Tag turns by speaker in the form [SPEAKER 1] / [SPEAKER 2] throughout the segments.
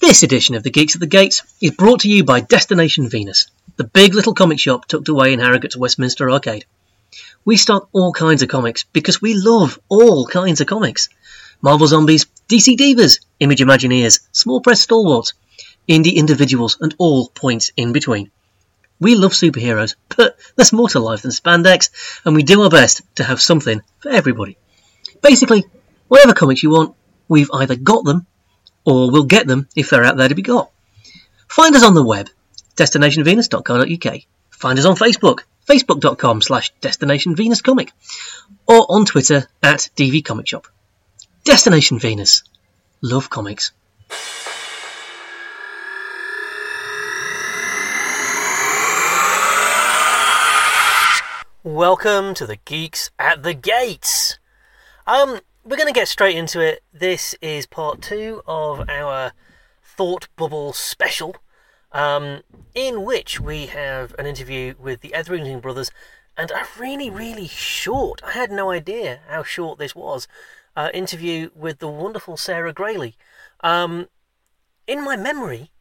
[SPEAKER 1] This edition of the Geeks at the Gates is brought to you by Destination Venus, the big little comic shop tucked away in Harrogate's Westminster Arcade. We stock all kinds of comics because we love all kinds of comics. Marvel Zombies, DC Divas, Image Imagineers, Small Press Stalwarts, Indie Individuals, and all points in between. We love superheroes, but there's more to life than spandex, and we do our best to have something for everybody. Basically, whatever comics you want, we've either got them or we'll get them if they're out there to be got. Find us on the web, destinationvenus.co.uk. Find us on Facebook, facebook.com slash destinationvenuscomic, or on Twitter at dvcomicshop. Destination Venus. Love comics.
[SPEAKER 2] Welcome to the Geeks at the Gates. Um, we're going to get straight into it. This is part two of our Thought Bubble special, um, in which we have an interview with the Etherington brothers, and a really, really short, I had no idea how short this was, uh, interview with the wonderful Sarah Grayley. Um, in my memory,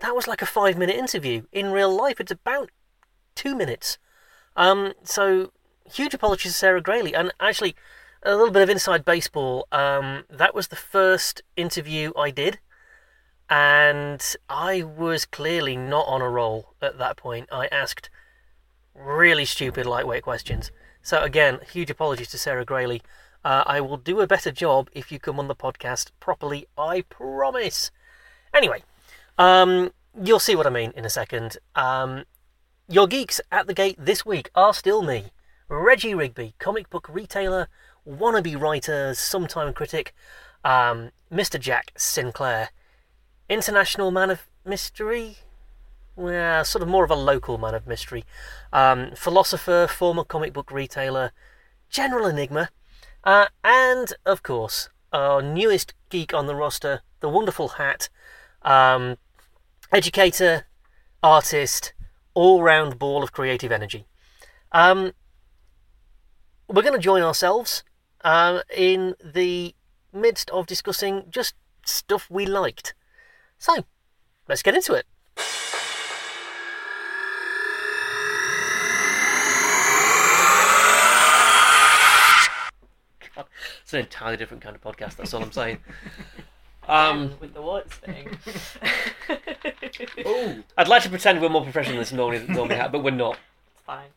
[SPEAKER 2] that was like a five minute interview. In real life, it's about two minutes. Um, so huge apologies to Sarah Grayley, and actually a little bit of inside baseball. Um, that was the first interview I did, and I was clearly not on a roll at that point. I asked really stupid lightweight questions. So again, huge apologies to Sarah Grayley. Uh, I will do a better job if you come on the podcast properly. I promise. Anyway, um, you'll see what I mean in a second. Um, your geeks at the gate this week are still me, Reggie Rigby, comic book retailer, wannabe writer, sometime critic, um, Mr. Jack Sinclair, international man of mystery. Well, sort of more of a local man of mystery, um, philosopher, former comic book retailer, general enigma, uh, and of course our newest geek on the roster, the wonderful Hat, um, educator, artist, all round ball of creative energy. Um, we're going to join ourselves uh, in the midst of discussing just stuff we liked. So, let's get into it. God, it's an entirely different kind of podcast, that's all I'm saying. Um,
[SPEAKER 3] with the warts thing.
[SPEAKER 4] Oh,
[SPEAKER 2] I'd like to pretend we're more professional than this normally, normally ha- but we're not.
[SPEAKER 3] it's fine.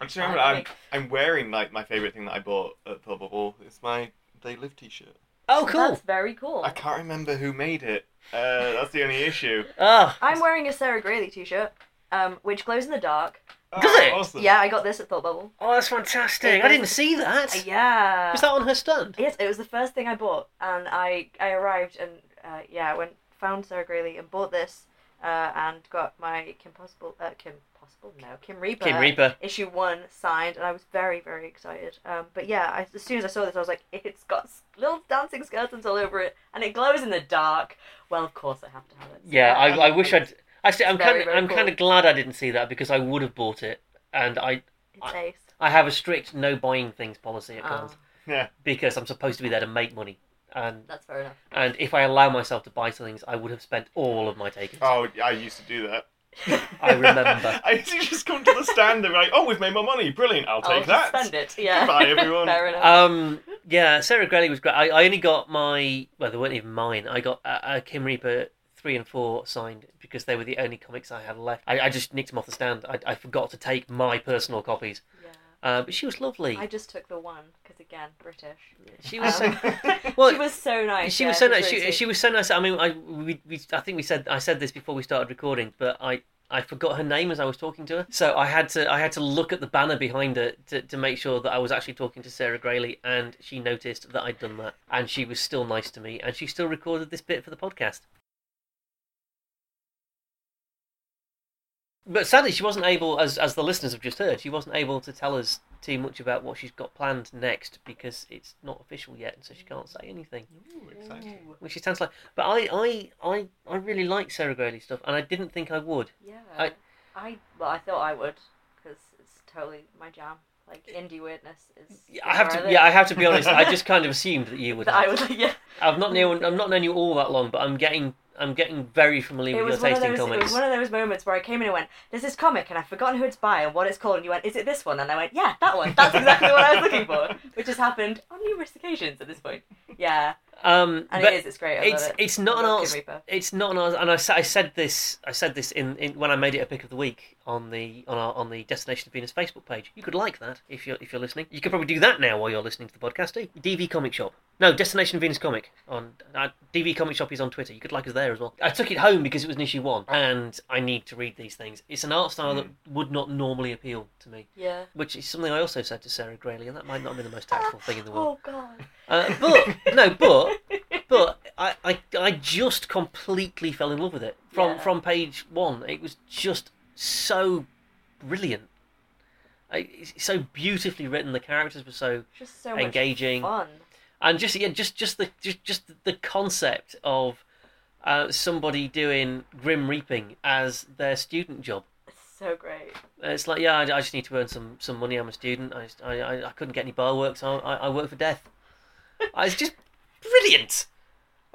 [SPEAKER 4] I'm just remembered. I'm I'm wearing like my favorite thing that I bought at Pub Bubble. It's my They Live T-shirt.
[SPEAKER 2] Oh, cool.
[SPEAKER 3] That's very cool.
[SPEAKER 4] I can't remember who made it. Uh, that's the only issue.
[SPEAKER 2] Ah,
[SPEAKER 3] I'm wearing a Sarah Grayley t-shirt, um, which glows in the dark.
[SPEAKER 4] Oh,
[SPEAKER 2] Does it?
[SPEAKER 4] Awesome.
[SPEAKER 3] Yeah, I got this at Thought Bubble.
[SPEAKER 2] oh, that's fantastic. I didn't see that.
[SPEAKER 3] Uh, yeah.
[SPEAKER 2] Was that on her stand?
[SPEAKER 3] Yes, it was the first thing I bought, and I I arrived and uh, yeah, I went found Sarah Grayley and bought this, uh, and got my Kim Possible, uh, Kim Possible, no, Kim Reaper,
[SPEAKER 2] Kim Reaper.
[SPEAKER 3] issue one signed, and I was very very excited. Um, but yeah, I, as soon as I saw this, I was like, it's got s- little dancing skeletons all over it, and it glows in the dark. Well, of course I have to have it.
[SPEAKER 2] Yeah, I, I wish I'd.
[SPEAKER 3] it's-
[SPEAKER 2] Actually, I'm
[SPEAKER 3] Very,
[SPEAKER 2] kind of
[SPEAKER 3] very
[SPEAKER 2] I'm
[SPEAKER 3] cool.
[SPEAKER 2] kind of glad I didn't see that because I would have bought it, and I
[SPEAKER 3] It's ace.
[SPEAKER 2] I have a strict no buying things policy at Coles
[SPEAKER 3] Oh,
[SPEAKER 4] Yeah.
[SPEAKER 2] because I'm supposed to be there to make money, and
[SPEAKER 3] that's fair enough.
[SPEAKER 2] and if I allow myself to buy things, I would have spent all of my takings.
[SPEAKER 4] Oh, I used to do that.
[SPEAKER 2] I remember.
[SPEAKER 4] I used to just come to the stand and be like, "Oh, we've made more money. Brilliant. I'll take
[SPEAKER 3] Oh, just
[SPEAKER 4] that."
[SPEAKER 3] Spend it. Yeah.
[SPEAKER 4] Goodbye, everyone.
[SPEAKER 3] fair enough.
[SPEAKER 2] Um, yeah, Sarah Grelly was great. I, I only got my well, they weren't even mine. I got uh, uh, Kim Reaper three and four signed because they were the only comics I had left. I, I just nicked them off the stand. I, I forgot to take my personal copies,
[SPEAKER 3] yeah.
[SPEAKER 2] uh, but she was lovely.
[SPEAKER 3] I just took the one because again, British.
[SPEAKER 2] She was so
[SPEAKER 3] Um,
[SPEAKER 2] well.
[SPEAKER 3] she was so nice.
[SPEAKER 2] she
[SPEAKER 3] yeah,
[SPEAKER 2] was so
[SPEAKER 3] she's
[SPEAKER 2] nice.
[SPEAKER 3] really
[SPEAKER 2] She,
[SPEAKER 3] sweet.
[SPEAKER 2] she was so nice. I mean, I we, we I think we said I said this before we started recording, but I I forgot her name as I was talking to her, so I had to I had to look at the banner behind her to, to make sure that I was actually talking to Sarah Grayley, and she noticed that I'd done that, and she was still nice to me, and she still recorded this bit for the podcast. But sadly, she wasn't able, as as the listeners have just heard, she wasn't able to tell us too much about what she's got planned next because it's not official yet, so she can't say anything
[SPEAKER 4] Ooh, exciting.
[SPEAKER 2] which it sounds like. But I, I, I, I really like Sarah Grayley stuff, and I didn't think I would.
[SPEAKER 3] Yeah. I,
[SPEAKER 2] I-
[SPEAKER 3] well, I thought I would because it's totally my jam. Like indie weirdness is. is
[SPEAKER 2] I have
[SPEAKER 3] where
[SPEAKER 2] to,
[SPEAKER 3] live.
[SPEAKER 2] yeah, I have to be honest. I just kind of assumed that you would.
[SPEAKER 3] That I
[SPEAKER 2] like.
[SPEAKER 3] was like, yeah.
[SPEAKER 2] I've not known, I've not known you all that long, but I'm getting, I'm getting very familiar
[SPEAKER 3] It
[SPEAKER 2] with
[SPEAKER 3] was,
[SPEAKER 2] your
[SPEAKER 3] one of
[SPEAKER 2] tasting
[SPEAKER 3] those, it was
[SPEAKER 2] comics.
[SPEAKER 3] one of those moments where I came in and went, There's this comic, and I've forgotten who it's by and what it's called. And you went, Is it this one? And I went, Yeah, that one. That's exactly what I was looking for. Which has happened on numerous occasions at this point. Yeah.
[SPEAKER 2] Um,
[SPEAKER 3] And
[SPEAKER 2] but
[SPEAKER 3] it is, it's great. I love
[SPEAKER 2] it's
[SPEAKER 3] it.
[SPEAKER 2] it's
[SPEAKER 3] I
[SPEAKER 2] not an
[SPEAKER 3] love
[SPEAKER 2] art.
[SPEAKER 3] Kid Reaper.
[SPEAKER 2] It's not an art, and I, sa- I said this. I said this in, in when I made it a pick of the week on the on our on the Destination Venus Facebook page. You could like that if you're if you're listening. You could probably do that now while you're listening to the podcast too. DV Comic Shop. No, Destination Venus Comic on uh, DV Comic Shop is on Twitter. You could like us there as well. I took it home because it was an issue one, and I need to read these things. It's an art style that would not normally appeal to me,
[SPEAKER 3] Yeah.
[SPEAKER 2] which is something I also said to Sarah Grayley, and that might not have been the most tactful thing in the world.
[SPEAKER 3] Oh, God.
[SPEAKER 2] Uh, but no, but but I, I I just completely fell in love with it from
[SPEAKER 3] Yeah.
[SPEAKER 2] from page one. It was just so brilliant. I, it's so beautifully written. The characters were so
[SPEAKER 3] Just so much
[SPEAKER 2] engaging,
[SPEAKER 3] fun.
[SPEAKER 2] and just yeah, just just the just, just the concept of uh, somebody doing grim reaping as their student job.
[SPEAKER 3] It's so great.
[SPEAKER 2] Uh, It's like yeah, I, I just need to earn some, some money. I'm a student. I, just- I, I, I couldn't get any bar work, so I, I work for death. Uh, it's just brilliant.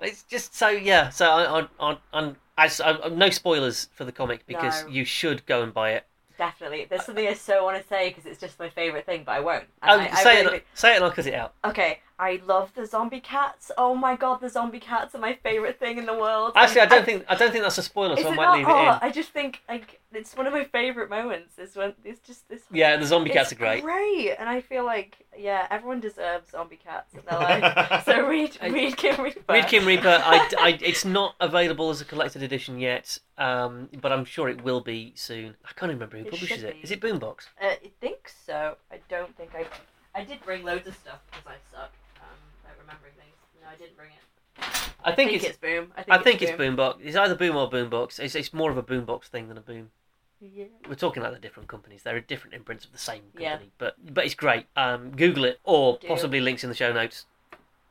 [SPEAKER 2] It's just so yeah. So I, I, I, I'm, I, am no spoilers for the comic because
[SPEAKER 3] No.
[SPEAKER 2] you should go and buy it.
[SPEAKER 3] Definitely. There's something I so want to say because it's just my favourite thing, but I won't.
[SPEAKER 2] Oh,
[SPEAKER 3] And I, I
[SPEAKER 2] say
[SPEAKER 3] really-
[SPEAKER 2] it, say it, and I'll cut it out.
[SPEAKER 3] Okay, I love the zombie cats. Oh my god, the zombie cats are my favourite thing in the world.
[SPEAKER 2] Actually, I
[SPEAKER 3] And-
[SPEAKER 2] don't think I don't think that's a spoiler,
[SPEAKER 3] Is
[SPEAKER 2] so I
[SPEAKER 3] it
[SPEAKER 2] might
[SPEAKER 3] not?
[SPEAKER 2] leave
[SPEAKER 3] oh,
[SPEAKER 2] it
[SPEAKER 3] I just think like it's one of my favourite moments. Is when it's just this.
[SPEAKER 2] in. Yeah, the zombie
[SPEAKER 3] it's
[SPEAKER 2] cats are great.
[SPEAKER 3] Great, and I feel like yeah, everyone deserves zombie cats in their life. so read,
[SPEAKER 2] I-
[SPEAKER 3] read Kim Reaper.
[SPEAKER 2] Read Kim Reaper. I, I- it's not available as a collected edition yet, um, but I'm sure it will be soon. I can't remember who
[SPEAKER 3] It
[SPEAKER 2] publishes
[SPEAKER 3] should
[SPEAKER 2] it.
[SPEAKER 3] be.
[SPEAKER 2] Is it Boombox?
[SPEAKER 3] Uh, I think so. I don't think I. I did bring loads of stuff because I suck um, at remembering things. No, I didn't bring it.
[SPEAKER 2] I think, it's,
[SPEAKER 3] boom. I think,
[SPEAKER 2] I think
[SPEAKER 3] it's,
[SPEAKER 2] it's boombox. It's either boom or boombox. It's, it's more of a boombox thing than a boom.
[SPEAKER 3] Yeah.
[SPEAKER 2] We're talking about the different companies. They're different imprints of the same company,
[SPEAKER 3] Yeah.
[SPEAKER 2] but but it's great. Um, Google it or
[SPEAKER 3] Do.
[SPEAKER 2] possibly links in the show notes.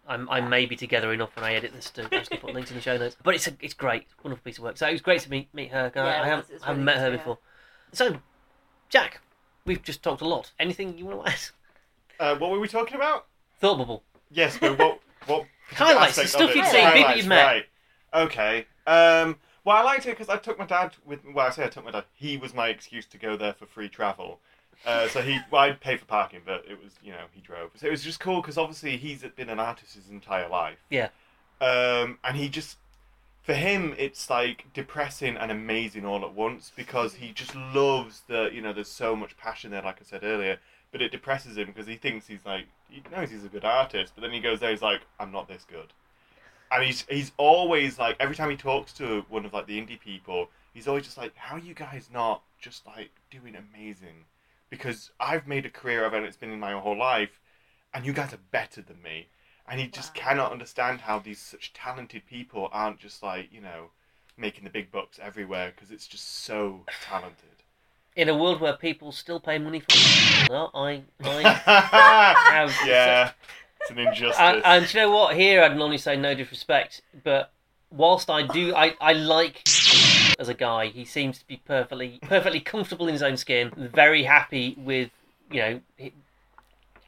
[SPEAKER 2] I'm, I may be together enough when I edit this to actually put links in the show notes. But it's a, it's great, wonderful piece of work. So it was great to meet meet her. I-
[SPEAKER 3] Yeah,
[SPEAKER 2] I haven't,
[SPEAKER 3] it's- it's
[SPEAKER 2] I haven't
[SPEAKER 3] really
[SPEAKER 2] met her
[SPEAKER 3] good, yeah.
[SPEAKER 2] before. So, Jack, we've just talked a lot. Anything you want to add?
[SPEAKER 4] Uh, what were we talking about?
[SPEAKER 2] Thought bubble.
[SPEAKER 4] Yes, but what what
[SPEAKER 2] Highlights,
[SPEAKER 4] aspect
[SPEAKER 2] stuff
[SPEAKER 4] of it?
[SPEAKER 2] you've
[SPEAKER 3] seen, people
[SPEAKER 4] Highlights,
[SPEAKER 2] you've met.
[SPEAKER 4] Right. Okay. Um, well, I liked it because I took my dad with. Well, I say I took my dad. He was my excuse to go there for free travel. Uh, so he, well, I'd pay for parking, but it was, you know, he drove. So it was just cool because obviously he's been an artist his entire life.
[SPEAKER 2] Yeah.
[SPEAKER 4] Um, and he just, for him, it's like depressing and amazing all at once because he just loves the, you know, there's so much passion there, like I said earlier. But it depresses him because he thinks he's like, he knows he's a good artist, but then he goes there, he's like, I'm not this good and he's he's always like every time he talks to one of like the indie people, he's always just like, "How are you guys not just like doing amazing?" Because I've made a career of it, and it's been in my whole life, and you guys are better than me. And he just
[SPEAKER 3] Wow.
[SPEAKER 4] cannot understand how these such talented people aren't just like you know making the big bucks everywhere because it's just so talented.
[SPEAKER 2] In a world where people still pay money for art, I I have
[SPEAKER 4] yeah, it's an injustice.
[SPEAKER 2] and, and do you know what? Here, I'd normally say no disrespect, but whilst I do, I, I like as a guy, he seems to be perfectly perfectly comfortable in his own skin, very happy with you know, he-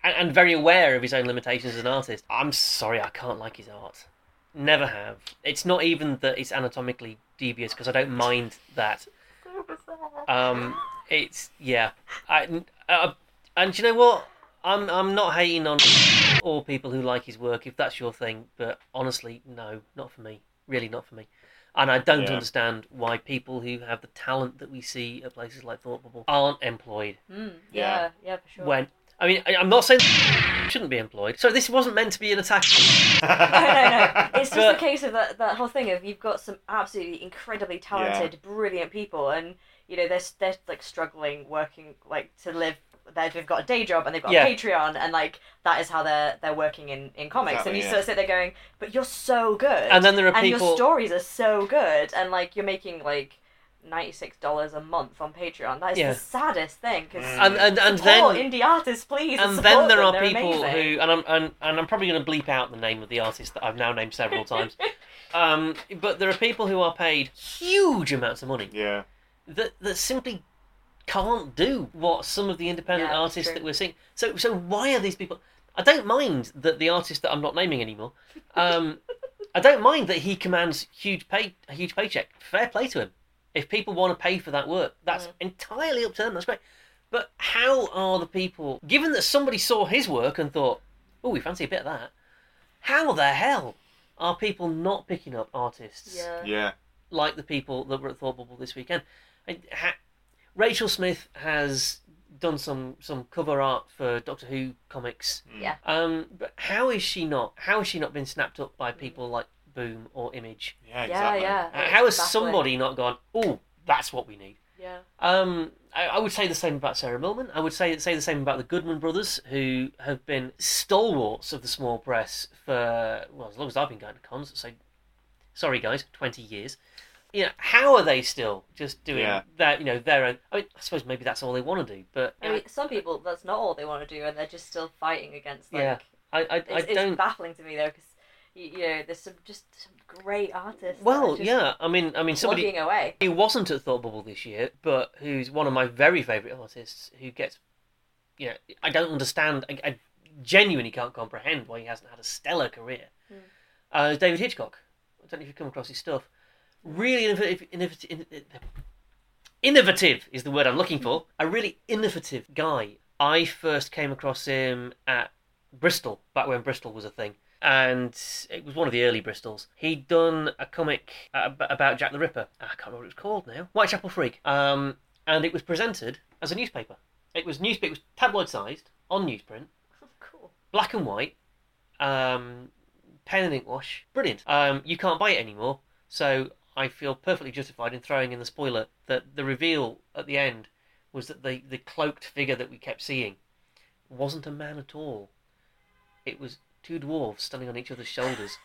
[SPEAKER 2] and, and very aware of his own limitations as an artist. I'm sorry, I can't like his art. Never have. It's not even that it's anatomically devious because I don't mind that.
[SPEAKER 3] So bizarre.
[SPEAKER 2] Um, it's yeah. I uh, and do you know what? I'm I'm not hating on all people who like his work if that's your thing, but honestly, no, not for me. Really, not for me. And I don't
[SPEAKER 4] Yeah.
[SPEAKER 2] understand why people who have the talent that we see at places like Thought Bubble aren't employed.
[SPEAKER 3] Mm,
[SPEAKER 4] Yeah.
[SPEAKER 3] yeah, yeah, for sure.
[SPEAKER 2] When I mean, I, I'm not saying shouldn't be employed. So this wasn't meant to be an attack.
[SPEAKER 3] no, no, no. It's just
[SPEAKER 2] But-
[SPEAKER 3] a case of that, that whole thing of you've got some absolutely incredibly talented, brilliant people, and you know they're s- they're like struggling, working like to live. They've they've got a day job and they've got
[SPEAKER 2] Yeah.
[SPEAKER 3] a Patreon, and like that is how they're they're working in in comics. and
[SPEAKER 4] Exactly,
[SPEAKER 3] you
[SPEAKER 4] yeah.
[SPEAKER 3] sort of sit there going, "But you're so good,
[SPEAKER 2] And then there are
[SPEAKER 3] and your
[SPEAKER 2] people.
[SPEAKER 3] stories are so good, and like you're making like ninety six dollars a month on Patreon. That is
[SPEAKER 2] Yeah.
[SPEAKER 3] the saddest thing because."
[SPEAKER 4] Mm.
[SPEAKER 2] and and, and then
[SPEAKER 3] indie artists, please.
[SPEAKER 2] and
[SPEAKER 3] support
[SPEAKER 2] then there
[SPEAKER 3] them.
[SPEAKER 2] are
[SPEAKER 3] They're
[SPEAKER 2] people
[SPEAKER 3] amazing.
[SPEAKER 2] who and I'm and, and I'm probably going to bleep out the name of the artist that I've now named several times. um, but there are people who are paid huge amounts of money
[SPEAKER 4] yeah.
[SPEAKER 2] that that simply can't do what some of the independent
[SPEAKER 3] Yeah, that's
[SPEAKER 2] artists
[SPEAKER 3] true.
[SPEAKER 2] that we're seeing. So so why are these people? I don't mind that the artist that I'm not naming anymore um, I don't mind that he commands huge pay, a huge paycheck. Fair play to him. If people want to pay for that work,
[SPEAKER 3] Mm.
[SPEAKER 2] that's entirely up to them. That's great. But how are the people? Given that somebody saw his work and thought, "Oh, we fancy a bit of that," how the hell are people not picking up artists
[SPEAKER 3] Yeah.
[SPEAKER 4] Yeah.
[SPEAKER 2] like the people that were at Thought Bubble this weekend. And ha- Rachel Smith has done some some cover art for Doctor Who comics.
[SPEAKER 4] Mm.
[SPEAKER 3] Yeah.
[SPEAKER 2] Um, but how is she not? How has she not been snapped up by people like Boom or Image?
[SPEAKER 4] Yeah,
[SPEAKER 3] Yeah,
[SPEAKER 4] exactly.
[SPEAKER 3] yeah.
[SPEAKER 2] Uh, how has
[SPEAKER 3] Baffling.
[SPEAKER 2] somebody not gone? Oh, that's what we need.
[SPEAKER 3] Yeah.
[SPEAKER 2] Um, I, I would say the same about Sarah Millman. I would say say the same about the Goodman brothers, who have been stalwarts of the small press for well as long as I've been going to cons. So, sorry guys, twenty years. You know, how are they still just doing
[SPEAKER 4] Yeah.
[SPEAKER 2] that? You know, their own. I mean, I suppose maybe that's all they want to do, but
[SPEAKER 3] I mean, some people that's not all they want to do, and they're just still fighting against. Like,
[SPEAKER 2] Yeah. I I, I
[SPEAKER 3] it's,
[SPEAKER 2] don't.
[SPEAKER 3] it's baffling to me though, because you, you know, there's some just some great artists. that are
[SPEAKER 2] well,
[SPEAKER 3] just
[SPEAKER 2] yeah. I mean, I mean, somebody.
[SPEAKER 3] plugging away.
[SPEAKER 2] who wasn't at Thought Bubble this year, but who's one of my very favourite artists, who gets, you know, I don't understand, I, I genuinely can't comprehend why he hasn't had a stellar career.
[SPEAKER 3] Hmm.
[SPEAKER 2] Uh, is David Hitchcock. I don't know if you've come across his stuff. Really innovative, innovative, innovative is the word I'm looking for. A really innovative guy. I first came across him at Bristol, back when Bristol was a thing. And it was one of the early Bristols. He'd done a comic uh, ab- about Jack the Ripper. Ah, I can't remember what it was called now. Whitechapel Freak. Um, and it was presented as a newspaper. It was newspaper, it was tabloid sized on newsprint,
[SPEAKER 3] cool.
[SPEAKER 2] black and white, um, pen and ink wash. Brilliant. Um, you can't buy it anymore, so I feel perfectly justified in throwing in the spoiler that the reveal at the end was that the, the cloaked figure that we kept seeing wasn't a man at all. It was two dwarves standing on each other's shoulders.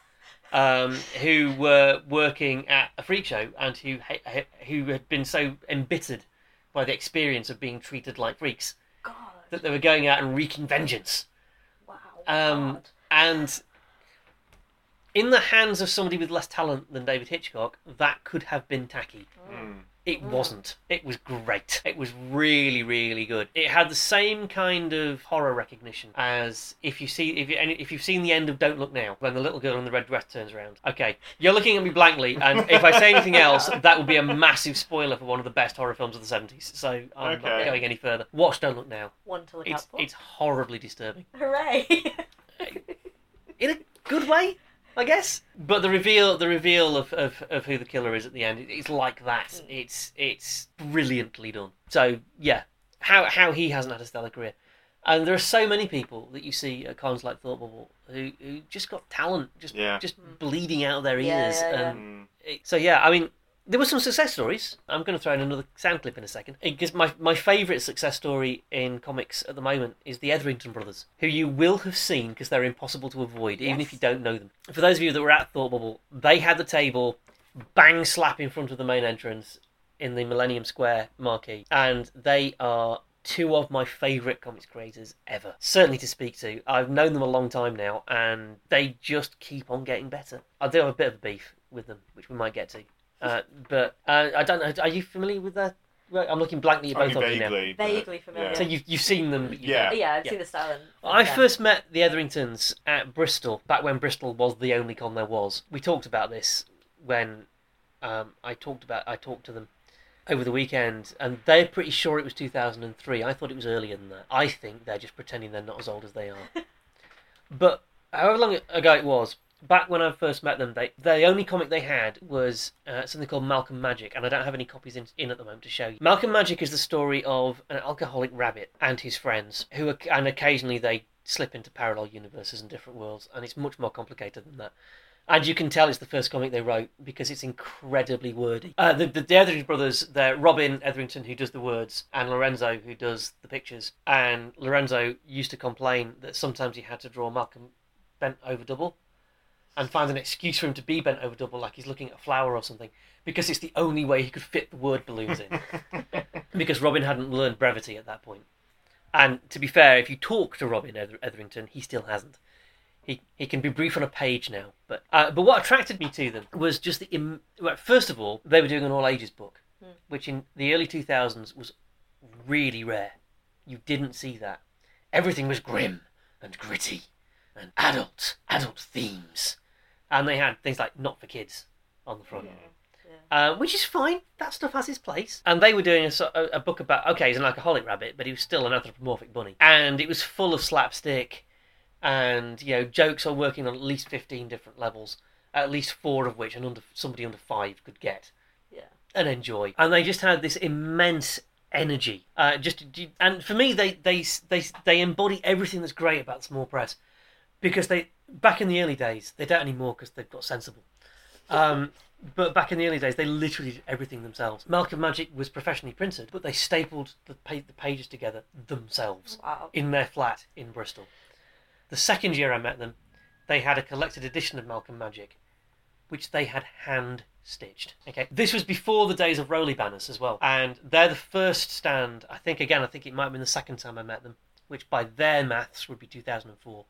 [SPEAKER 2] Um, who were working at a freak show and who ha- ha- who had been so embittered by the experience of being treated like freaks
[SPEAKER 3] God.
[SPEAKER 2] that they were going out and wreaking vengeance.
[SPEAKER 3] Wow.
[SPEAKER 2] Um,
[SPEAKER 3] God.
[SPEAKER 2] And in the hands of somebody with less talent than David Hitchcock, that could have been tacky.
[SPEAKER 4] Mm.
[SPEAKER 2] It
[SPEAKER 3] Mm.
[SPEAKER 2] wasn't. It was great. It was really, really good. It had the same kind of horror recognition as if you see if you and if you've seen the end of Don't Look Now when the little girl in the red dress turns around. Okay, you're looking at me blankly, and if I say anything else, that would be a massive spoiler for one of the best horror films of the '70s. So I'm not
[SPEAKER 4] Okay.
[SPEAKER 2] going any further. Watch Don't Look Now.
[SPEAKER 3] One to look
[SPEAKER 2] It's
[SPEAKER 3] out for.
[SPEAKER 2] it's horribly disturbing
[SPEAKER 3] Hooray!
[SPEAKER 2] in a good way, I guess. But the reveal, the reveal of, of, of who the killer is at the end, it- it's like that. It's it's brilliantly done. So yeah, how how he hasn't had a stellar career, and there are so many people that you see at cons like Thought Bubble who, who just got talent, just
[SPEAKER 4] Yeah.
[SPEAKER 2] just
[SPEAKER 3] Mm.
[SPEAKER 2] bleeding out of their ears.
[SPEAKER 3] Yeah, yeah, yeah.
[SPEAKER 2] And
[SPEAKER 4] Mm.
[SPEAKER 2] it- so yeah, I mean. There were some success stories. I'm going to throw in another sound clip in a second. Because my, my favourite success story in comics at the moment is the Etherington brothers, who you will have seen because they're impossible to avoid, even if
[SPEAKER 3] Yes.
[SPEAKER 2] you don't know them. For those of you that were at Thought Bubble, they had the table bang slap in front of the main entrance in the Millennium Square marquee, and they are two of my favourite comics creators ever. Certainly to speak to. I've known them a long time now, and they just keep on getting better. I do have a bit of a beef with them, which we might get to. Uh, but uh, I don't know. Are you familiar with that? I'm looking blankly at both
[SPEAKER 4] Only
[SPEAKER 2] of you now.
[SPEAKER 4] vaguely. but-
[SPEAKER 3] Vaguely familiar.
[SPEAKER 4] yeah.
[SPEAKER 2] So you've you've seen them. but you
[SPEAKER 4] Yeah.
[SPEAKER 3] But yeah, I've
[SPEAKER 2] Yeah.
[SPEAKER 3] seen the style. And,
[SPEAKER 2] I
[SPEAKER 3] yeah.
[SPEAKER 2] first met the Etheringtons at Bristol, back when Bristol was the only con there was. We talked about this when um, I talked about I talked to them over the weekend, and they're pretty sure it was 2003. I thought it was earlier than that. I think they're just pretending they're not as old as they are. but however long ago it was, back when I first met them, they the only comic they had was uh, something called Malcolm Magic, and I don't have any copies in, in at the moment to show you. Malcolm Magic is the story of an alcoholic rabbit and his friends, who are, and occasionally they slip into parallel universes and different worlds, and it's much more complicated than that. And you can tell it's the first comic they wrote because it's incredibly wordy. Uh, the, the, the Etherington brothers, they're Robin Etherington, who does the words, and Lorenzo, who does the pictures. And Lorenzo used to complain that sometimes he had to draw Malcolm bent over double and find an excuse for him to be bent over double, like he's looking at a flower or something, because it's the only way he could fit the word balloons in. because Robin hadn't learned brevity at that point. And to be fair, if you talk to Robin Ether- Etherington, he still hasn't. He, he can be brief on a page now, but uh, but what attracted me to them was just the Im- well, first of all they were doing an all ages book, which in the early two thousands was really rare. You didn't see that. Everything was grim and gritty and adult adult themes and they had things like "Not for Kids" on the front. Uh, which is fine. That stuff has its place. And they were doing a, so- a, a book about okay, he's an alcoholic rabbit, but he was still an anthropomorphic bunny, and it was full of slapstick, and you know jokes are working on at least fifteen different levels, at least four of which an under somebody under five could get
[SPEAKER 3] Yeah.
[SPEAKER 2] and enjoy. And they just had this immense energy. Uh, just and for me, they they they they embody everything that's great about small press, because they back in the early days they don't anymore because they've got sensible. Um, but back in the early days, they literally did everything themselves. Malcolm Magic was professionally printed, but they stapled the, pa- the pages together themselves
[SPEAKER 3] Wow.
[SPEAKER 2] in their flat in Bristol. The second year I met them, they had a collected edition of Malcolm Magic, which they had hand stitched. Okay, this was before the days of Roly banners as well, and they're the first stand. I think again, I think it might have been the second time I met them, which by their maths would be 2004.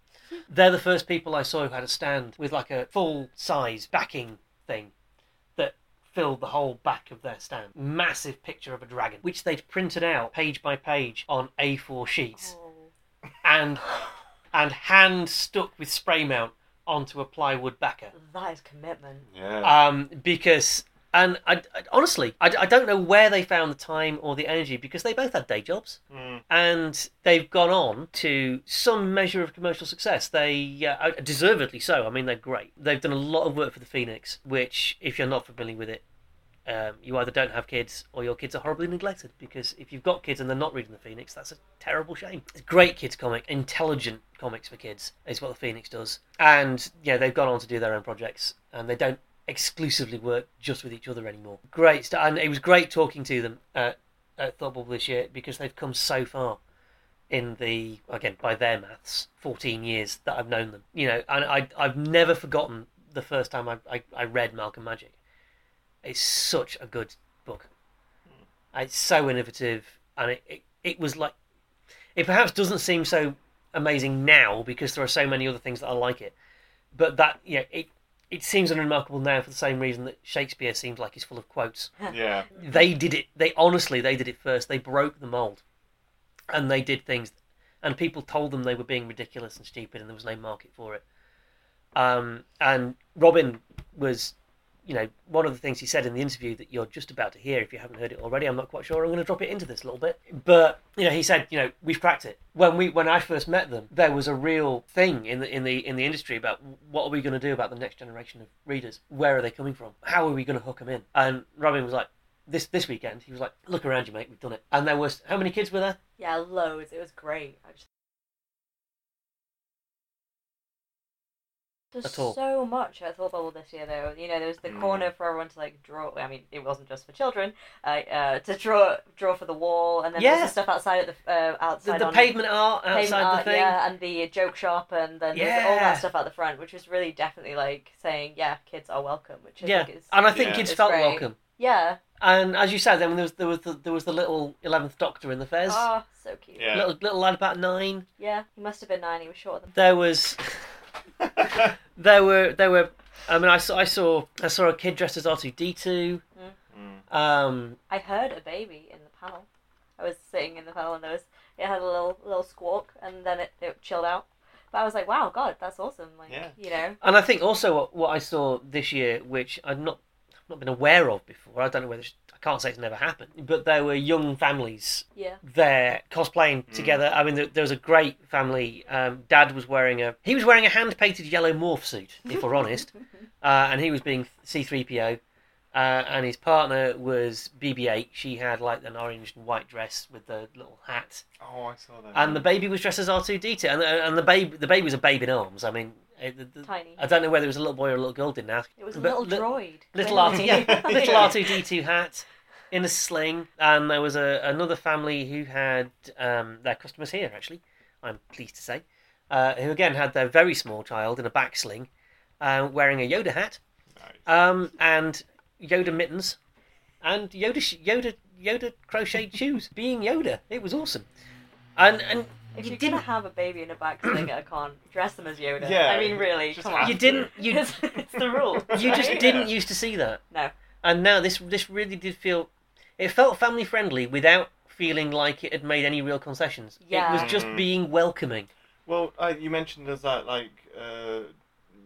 [SPEAKER 2] they're the first people I saw who had a stand with like a full size backing thing that filled the whole back of their stand. Massive picture of a dragon, which they'd printed out page by page on A4 sheets
[SPEAKER 3] Oh.
[SPEAKER 2] and and hand stuck with spray mount onto a plywood backer.
[SPEAKER 3] That is commitment.
[SPEAKER 4] Yeah.
[SPEAKER 2] Um, because and I, I- honestly I, I don't know where they found the time or the energy because they both had day jobs
[SPEAKER 4] Mm.
[SPEAKER 2] and they've gone on to some measure of commercial success. They uh, deservedly so. I mean, they're great. They've done a lot of work for the Phoenix, which if you're not familiar with it. Um, you either don't have kids or your kids are horribly neglected because if you've got kids and they're not reading the Phoenix, that's a terrible shame. It's a great kids comic, intelligent comics for kids is what the Phoenix does, and yeah, they've gone on to do their own projects and they don't exclusively work just with each other anymore. Great stuff, and it was great talking to them uh, at Thought Bubble this year because they've come so far in the again by their maths 14 years that I've known them. You know, and I I've never forgotten the first time I I, I read Malcolm Magic. It's such a good book. It's so innovative, and it, it it was like it perhaps doesn't seem so amazing now because there are so many other things that are like it, but that yeah it. It seems unremarkable now for the same reason that Shakespeare seems like he's full of quotes
[SPEAKER 3] Ah.
[SPEAKER 4] Yeah.
[SPEAKER 2] they did it they honestly they did it first they broke the mold and they did things and people told them they were being ridiculous and stupid and there was no market for it um, and robin was you know one of the things he said in the interview that you're just about to hear if you haven't heard it already i'm not quite sure i'm going to drop it into this a little bit but you know he said you know we've cracked it when we when i first met them there was a real thing in the in the in the industry about what are we going to do about the next generation of readers where are they coming from how are we going to hook them in and robin was like this this weekend he was like look around you mate we've done it and there was how many kids were there
[SPEAKER 3] Yeah, loads. It was great. Actually. There's
[SPEAKER 2] At all.
[SPEAKER 3] so much at Thought Bubble this year, though. You know, there was the
[SPEAKER 4] Mm.
[SPEAKER 3] corner for everyone to like draw. I mean, it wasn't just for children. Uh, uh, to draw, draw for the wall, and then there's
[SPEAKER 2] Yeah.
[SPEAKER 3] the stuff outside at the uh,
[SPEAKER 2] the,
[SPEAKER 3] outside
[SPEAKER 2] the
[SPEAKER 3] on
[SPEAKER 2] pavement art outside
[SPEAKER 3] pavement art,
[SPEAKER 2] the thing
[SPEAKER 3] yeah, and the joke shop, and then there's all
[SPEAKER 2] Yeah.
[SPEAKER 3] that stuff out the front, which was really definitely like saying, yeah, kids are welcome, which I
[SPEAKER 2] Yeah. Um,
[SPEAKER 3] think is
[SPEAKER 2] and i think
[SPEAKER 4] Yeah.
[SPEAKER 2] kids
[SPEAKER 3] It's
[SPEAKER 2] felt
[SPEAKER 3] great.
[SPEAKER 2] welcome
[SPEAKER 3] yeah,
[SPEAKER 2] and as you said then there was there was the, there was the little 11th doctor in the fairs
[SPEAKER 3] oh, so cute.
[SPEAKER 4] Yeah.
[SPEAKER 2] little little lad about nine
[SPEAKER 3] Yeah, he must have been nine. He was shorter than.
[SPEAKER 2] there was there were there were i mean i saw i saw i saw a kid dressed as r2d2
[SPEAKER 4] Mm.
[SPEAKER 2] um
[SPEAKER 3] I heard a baby in the panel. I was sitting in the panel and there was it had a little little squawk and then it, it chilled out. But I was like, wow, God, that's awesome. Like,
[SPEAKER 4] Yeah.
[SPEAKER 3] you know,
[SPEAKER 2] and i think also what, what i saw this year which i've not I've not been aware of before i don't know whether it's, i can't say it's never happened but there were young families
[SPEAKER 3] yeah,
[SPEAKER 2] there cosplaying
[SPEAKER 4] Mm.
[SPEAKER 2] together. I mean, there, there was a great family. Um, Dad was wearing a he was wearing a hand painted yellow morph suit, if we're honest, uh, and he was being C three PO, uh, and his partner was BB eight. She had like an orange and white dress with the little hat,
[SPEAKER 4] Oh, I saw that.
[SPEAKER 2] and the baby was dressed as R two D two, and uh, and the baby the baby was a babe in arms. I mean. it- the- the-
[SPEAKER 3] tiny.
[SPEAKER 2] I don't know whether it was a little boy or a little girl didn't ask.
[SPEAKER 3] It was a
[SPEAKER 2] but
[SPEAKER 3] little
[SPEAKER 2] li-
[SPEAKER 3] droid.
[SPEAKER 2] little
[SPEAKER 3] clearly.
[SPEAKER 2] R2, yeah, little
[SPEAKER 4] Yeah.
[SPEAKER 2] R2D2 hat in a sling, and there was a, another family who had um, their customers here actually. I'm pleased to say, uh, who again had their very small child in a back sling, uh, wearing a Yoda hat,
[SPEAKER 4] Nice.
[SPEAKER 2] um, and Yoda mittens, and Yoda sh- Yoda Yoda crocheted shoes. Being Yoda, it was awesome, and and
[SPEAKER 3] If
[SPEAKER 2] you
[SPEAKER 3] you're
[SPEAKER 2] didn't
[SPEAKER 3] gonna have a baby in a back sling, I can't dress them as Yoda.
[SPEAKER 4] Yeah,
[SPEAKER 3] I mean, really,
[SPEAKER 4] just
[SPEAKER 3] come
[SPEAKER 4] have
[SPEAKER 3] on.
[SPEAKER 2] you
[SPEAKER 4] to.
[SPEAKER 2] didn't you
[SPEAKER 3] it's, it's the rule.
[SPEAKER 2] you just
[SPEAKER 3] right?
[SPEAKER 2] didn't used to see that.
[SPEAKER 3] No.
[SPEAKER 2] And now this this really did feel it felt family friendly without feeling like it had made any real concessions.
[SPEAKER 3] Yeah.
[SPEAKER 2] It was just
[SPEAKER 4] Mm.
[SPEAKER 2] being welcoming.
[SPEAKER 4] Well, uh, you mentioned there's that like uh,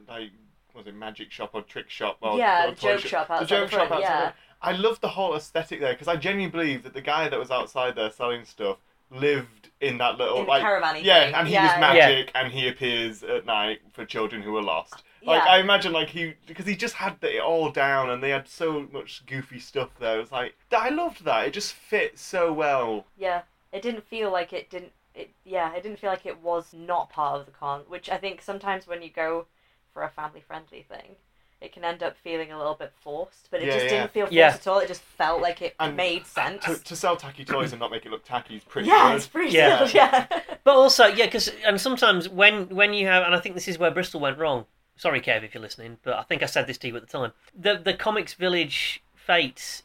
[SPEAKER 4] like was it Magic Shop or Trick Shop? Or,
[SPEAKER 3] Yeah,
[SPEAKER 4] or
[SPEAKER 3] the
[SPEAKER 4] toy
[SPEAKER 3] joke shop
[SPEAKER 4] The
[SPEAKER 3] outside
[SPEAKER 4] joke
[SPEAKER 3] the
[SPEAKER 4] shop
[SPEAKER 3] front,
[SPEAKER 4] outside.
[SPEAKER 3] yeah.
[SPEAKER 4] the- I love the whole aesthetic there because I genuinely believe that the guy that was outside there selling stuff lived in that little
[SPEAKER 3] In the
[SPEAKER 4] like
[SPEAKER 3] caravan-y
[SPEAKER 4] yeah,
[SPEAKER 3] thing.
[SPEAKER 4] and he
[SPEAKER 3] Yeah,
[SPEAKER 4] was
[SPEAKER 3] yeah.
[SPEAKER 4] magic and he appears at night for children who are lost. Like
[SPEAKER 3] Yeah.
[SPEAKER 4] I imagine, like he because he just had it all down and they had so much goofy stuff there. It was like I loved that. It just fit so well.
[SPEAKER 3] Yeah, it didn't feel like it didn't. It yeah, it didn't feel like it was not part of the con. Which I think sometimes when you go for a family-friendly thing, it can end up feeling a little bit forced. But it
[SPEAKER 4] Yeah,
[SPEAKER 3] just
[SPEAKER 4] yeah.
[SPEAKER 3] didn't feel forced
[SPEAKER 2] Yeah.
[SPEAKER 3] at all. It just felt like it
[SPEAKER 4] And-
[SPEAKER 3] made sense.
[SPEAKER 4] To, to sell tacky toys and not make it look tacky is pretty
[SPEAKER 3] yeah,
[SPEAKER 4] good.
[SPEAKER 3] it's pretty
[SPEAKER 2] Yeah.
[SPEAKER 3] good. Yeah.
[SPEAKER 2] But also, yeah, because and sometimes when when you have, and I think this is where Bristol went wrong. Sorry, Kev, if you're listening, but I think I said this to you at the time. The the Comics Village Fates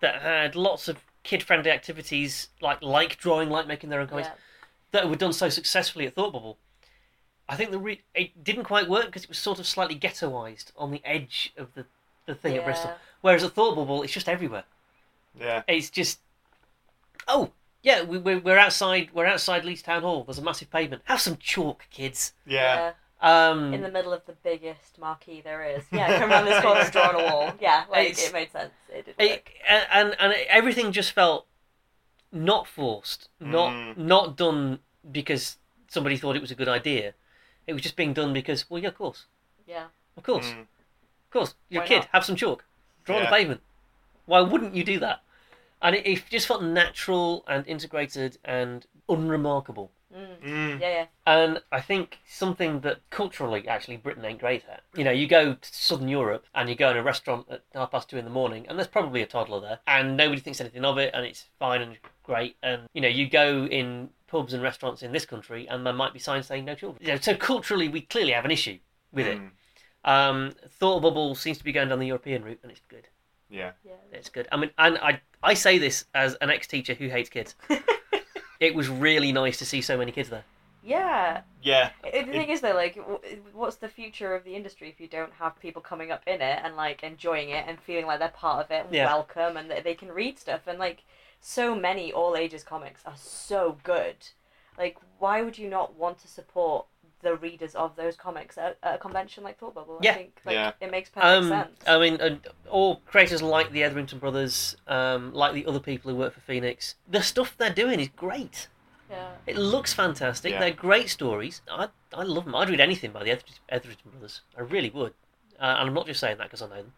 [SPEAKER 2] that had lots of kid friendly activities like like drawing, like making their own comics
[SPEAKER 3] Yeah.
[SPEAKER 2] that were done so successfully at Thought Bubble. I think the re- it didn't quite work because it was sort of slightly ghettoized on the edge of the the thing at Bristol.
[SPEAKER 3] Yeah.
[SPEAKER 2] Whereas at Thought Bubble, it's just everywhere.
[SPEAKER 4] Yeah.
[SPEAKER 2] It's just, oh yeah, we, we're we're outside. We're outside Leeds Town Hall. There's a massive pavement. Have some chalk, kids.
[SPEAKER 4] Yeah.
[SPEAKER 2] Um,
[SPEAKER 3] In the middle of the biggest marquee there is. Yeah, come around this corner and draw on a wall. Yeah, like
[SPEAKER 2] It's-
[SPEAKER 3] it made sense. It did
[SPEAKER 2] it,
[SPEAKER 3] work.
[SPEAKER 2] and and- and everything just felt not forced, not
[SPEAKER 4] Mm.
[SPEAKER 2] not done because somebody thought it was a good idea. It was just being done because, well, yeah, of course,
[SPEAKER 3] Yeah.
[SPEAKER 2] of course,
[SPEAKER 4] Mm.
[SPEAKER 2] of course. You're
[SPEAKER 3] Why
[SPEAKER 2] a kid.
[SPEAKER 3] not?
[SPEAKER 2] Have some chalk. Draw on the
[SPEAKER 4] Yeah.
[SPEAKER 2] pavement. Why wouldn't you do that? And it, it just felt natural and integrated and unremarkable.
[SPEAKER 3] Mm.
[SPEAKER 4] Mm.
[SPEAKER 3] Yeah, yeah.
[SPEAKER 2] And I think something that culturally, actually, Britain ain't great at. You know, you go to Southern Europe and you go in a restaurant at half past two in the morning, and there's probably a toddler there, and nobody thinks anything of it, and it's fine and great. And, you know, you go in pubs and restaurants in this country, and there might be signs saying no children. You know, so culturally, we clearly have an issue with it.
[SPEAKER 4] Mm.
[SPEAKER 2] Um, Thought Bubble seems to be going down the European route, and it's good.
[SPEAKER 4] Yeah.
[SPEAKER 3] yeah.
[SPEAKER 2] It's good. I mean, and I, I say this as an ex teacher who hates kids. it was really nice to see so many kids there.
[SPEAKER 3] Yeah.
[SPEAKER 4] Yeah.
[SPEAKER 3] Uh, The thing is though, like, w- what's the future of the industry if you don't have people coming up in it and like enjoying it and feeling like they're part of it, and
[SPEAKER 2] Yeah.
[SPEAKER 3] welcome, and that they can read stuff and like so many all ages comics are so good. Like, why would you not want to support the readers of those comics at, at a convention like Thought Bubble?
[SPEAKER 2] Yeah.
[SPEAKER 3] I think like,
[SPEAKER 4] Yeah.
[SPEAKER 3] it makes perfect
[SPEAKER 2] Um,
[SPEAKER 3] sense.
[SPEAKER 2] I mean, uh, all creators like the Etherington brothers, um, like the other people who work for Phoenix, the stuff they're doing is great.
[SPEAKER 3] yeah.
[SPEAKER 2] It looks fantastic.
[SPEAKER 4] Yeah.
[SPEAKER 2] They're great stories. I, I love them. I'd read anything by the Ether- Etherington brothers. I really would. Uh, and I'm not just saying that because I know them.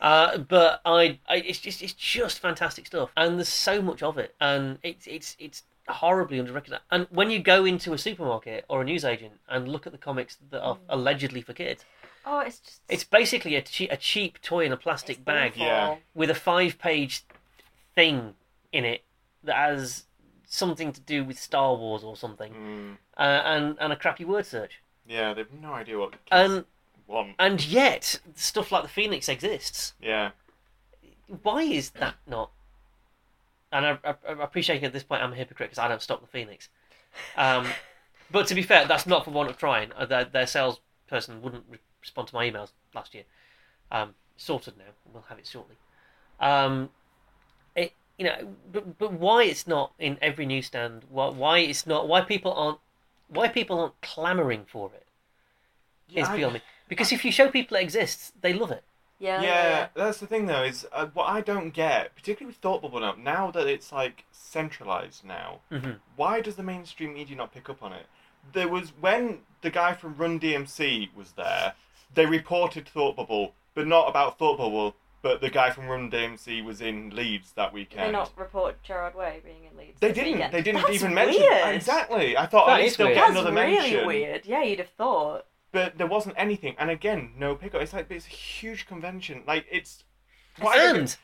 [SPEAKER 2] Uh, but I, I, it's just, it's just fantastic stuff, and there's so much of it, and it's, it's, it's horribly underrecognized. And when you go into a supermarket or a newsagent and look at the comics that
[SPEAKER 3] Mm.
[SPEAKER 2] are allegedly for kids,
[SPEAKER 3] Oh, it's just
[SPEAKER 2] it's basically a, che- a cheap toy in a plastic
[SPEAKER 3] it's
[SPEAKER 2] bag
[SPEAKER 3] awful.
[SPEAKER 4] Yeah.
[SPEAKER 2] with a five page thing in it that has something to do with Star Wars or something,
[SPEAKER 4] Mm.
[SPEAKER 2] uh, and, and a crappy word search.
[SPEAKER 4] Yeah. They've no idea what the kids
[SPEAKER 2] And,
[SPEAKER 4] want.
[SPEAKER 2] and yet, stuff like the Phoenix exists.
[SPEAKER 4] Yeah.
[SPEAKER 2] Why is that not? And I, I, I appreciate at this point I'm a hypocrite because I don't stop the Phoenix. Um, but to be fair, that's not for want of trying. Uh, Their, their salesperson wouldn't re- respond to my emails last year. Um, sorted now. We'll have it shortly. Um, it, you know, but, but why it's not in every newsstand? Why, why it's not? Why people aren't? Why people aren't clamoring for it? Is
[SPEAKER 4] I-
[SPEAKER 2] beyond me. Because if you show people it exists, they love it.
[SPEAKER 3] Yeah.
[SPEAKER 4] yeah, that's the thing though is uh, what I don't get, particularly with Thought Bubble now, now that it's like centralized now,
[SPEAKER 2] Mm-hmm.
[SPEAKER 4] why does the mainstream media not pick up on it? There was when the guy from Run DMC was there, they reported Thought Bubble, but not about Thought Bubble. But the guy from Run DMC was in Leeds that
[SPEAKER 3] Did they
[SPEAKER 4] weekend.
[SPEAKER 3] not report Gerard Way being in Leeds?
[SPEAKER 4] They
[SPEAKER 3] this
[SPEAKER 4] didn't.
[SPEAKER 3] Weekend?
[SPEAKER 4] They didn't
[SPEAKER 3] That's
[SPEAKER 4] even mention
[SPEAKER 3] weird.
[SPEAKER 4] exactly. I thought
[SPEAKER 2] That
[SPEAKER 4] at
[SPEAKER 2] is
[SPEAKER 4] least they'll
[SPEAKER 2] weird.
[SPEAKER 4] get
[SPEAKER 3] That's
[SPEAKER 4] another
[SPEAKER 3] really
[SPEAKER 4] mention.
[SPEAKER 3] weird. Yeah, you'd have thought.
[SPEAKER 4] But there wasn't anything, and again, no pickup. It's like it's a huge convention. Like it's. don't-
[SPEAKER 2] and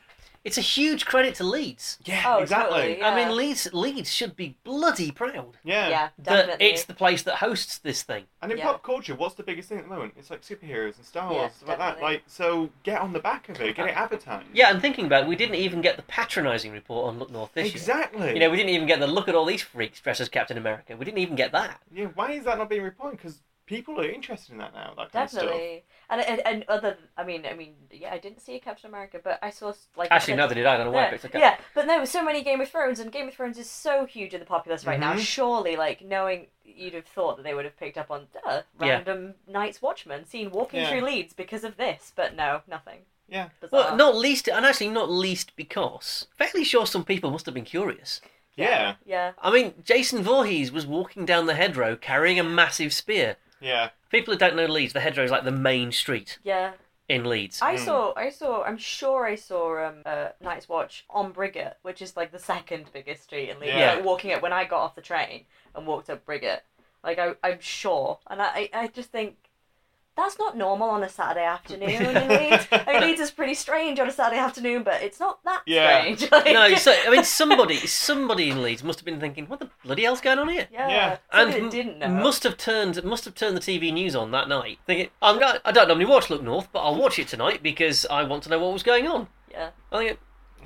[SPEAKER 2] it's a huge credit to Leeds.
[SPEAKER 4] Yeah,
[SPEAKER 3] Oh,
[SPEAKER 4] exactly.
[SPEAKER 3] totally.
[SPEAKER 2] I
[SPEAKER 3] Yeah.
[SPEAKER 2] mean, Leeds Leeds should be bloody proud
[SPEAKER 4] Yeah.
[SPEAKER 3] Yeah,
[SPEAKER 2] that
[SPEAKER 3] definitely.
[SPEAKER 2] it's the place that hosts this thing.
[SPEAKER 4] And in
[SPEAKER 3] Yeah.
[SPEAKER 4] pop culture, what's the biggest thing at the moment? It's like superheroes and Star
[SPEAKER 3] Yeah,
[SPEAKER 4] Wars, stuff like that.
[SPEAKER 3] definitely.
[SPEAKER 4] Like, so get on the back of it, get it advertised.
[SPEAKER 2] Uh, Yeah, and thinking about it, we didn't even get the patronising report on Look North this year.
[SPEAKER 4] exactly.
[SPEAKER 2] You know, we didn't even get the look at all these freaks dressed as Captain America. We didn't even get that.
[SPEAKER 4] yeah, why is that not being reported? Because people are interested in that now. That kind of stuff.
[SPEAKER 3] Definitely, and, and and other, I mean, I mean, yeah, I didn't see a Captain America, but I saw like
[SPEAKER 5] Actually, no,
[SPEAKER 3] another.
[SPEAKER 5] they did. I don't know why.
[SPEAKER 3] No,
[SPEAKER 5] But it's okay.
[SPEAKER 3] Yeah, but there were so many Game of Thrones, and Game of Thrones is so huge in the populace right now.
[SPEAKER 2] Mm-hmm.
[SPEAKER 4] Mhm.
[SPEAKER 3] Surely, like knowing you'd have thought that they would have picked up on duh,
[SPEAKER 2] Yeah.
[SPEAKER 3] random Night's Watchman seen walking
[SPEAKER 4] Yeah.
[SPEAKER 3] through Leeds because of this, but no, nothing.
[SPEAKER 4] Yeah.
[SPEAKER 3] Bizarre.
[SPEAKER 2] Well, not least, and actually not least because fairly sure some people must have been curious.
[SPEAKER 4] Yeah.
[SPEAKER 3] yeah,
[SPEAKER 2] I mean, Jason Voorhees was walking down the hedgerow carrying a massive spear.
[SPEAKER 4] Yeah.
[SPEAKER 2] People who don't know Leeds, the hedgerow is like the main street
[SPEAKER 3] yeah.
[SPEAKER 2] in Leeds.
[SPEAKER 3] I
[SPEAKER 4] Mm.
[SPEAKER 3] saw, I saw, I'm sure I saw um, uh, Night's Watch on Brigate, which is like the second biggest street in Leeds.
[SPEAKER 4] Yeah.
[SPEAKER 3] Like walking it when I got off the train and walked up Brigate. Like I, I'm sure, and I, I I just think that's not normal on a Saturday afternoon in Leeds. I mean, Leeds is pretty strange on a Saturday afternoon, but it's not that
[SPEAKER 4] Yeah.
[SPEAKER 3] strange. Like,
[SPEAKER 2] no, so I mean, somebody, somebody in Leeds must have been thinking, "What the bloody hell's going on here?"
[SPEAKER 3] yeah,
[SPEAKER 4] Yeah.
[SPEAKER 3] somebody
[SPEAKER 2] And
[SPEAKER 3] that didn't know.
[SPEAKER 2] Must have turned, must have turned the TV news on that night, thinking, "I'm not, I don't normally watch Look North, but I'll watch it tonight because I want to know what was going on."
[SPEAKER 3] yeah,
[SPEAKER 2] I think it,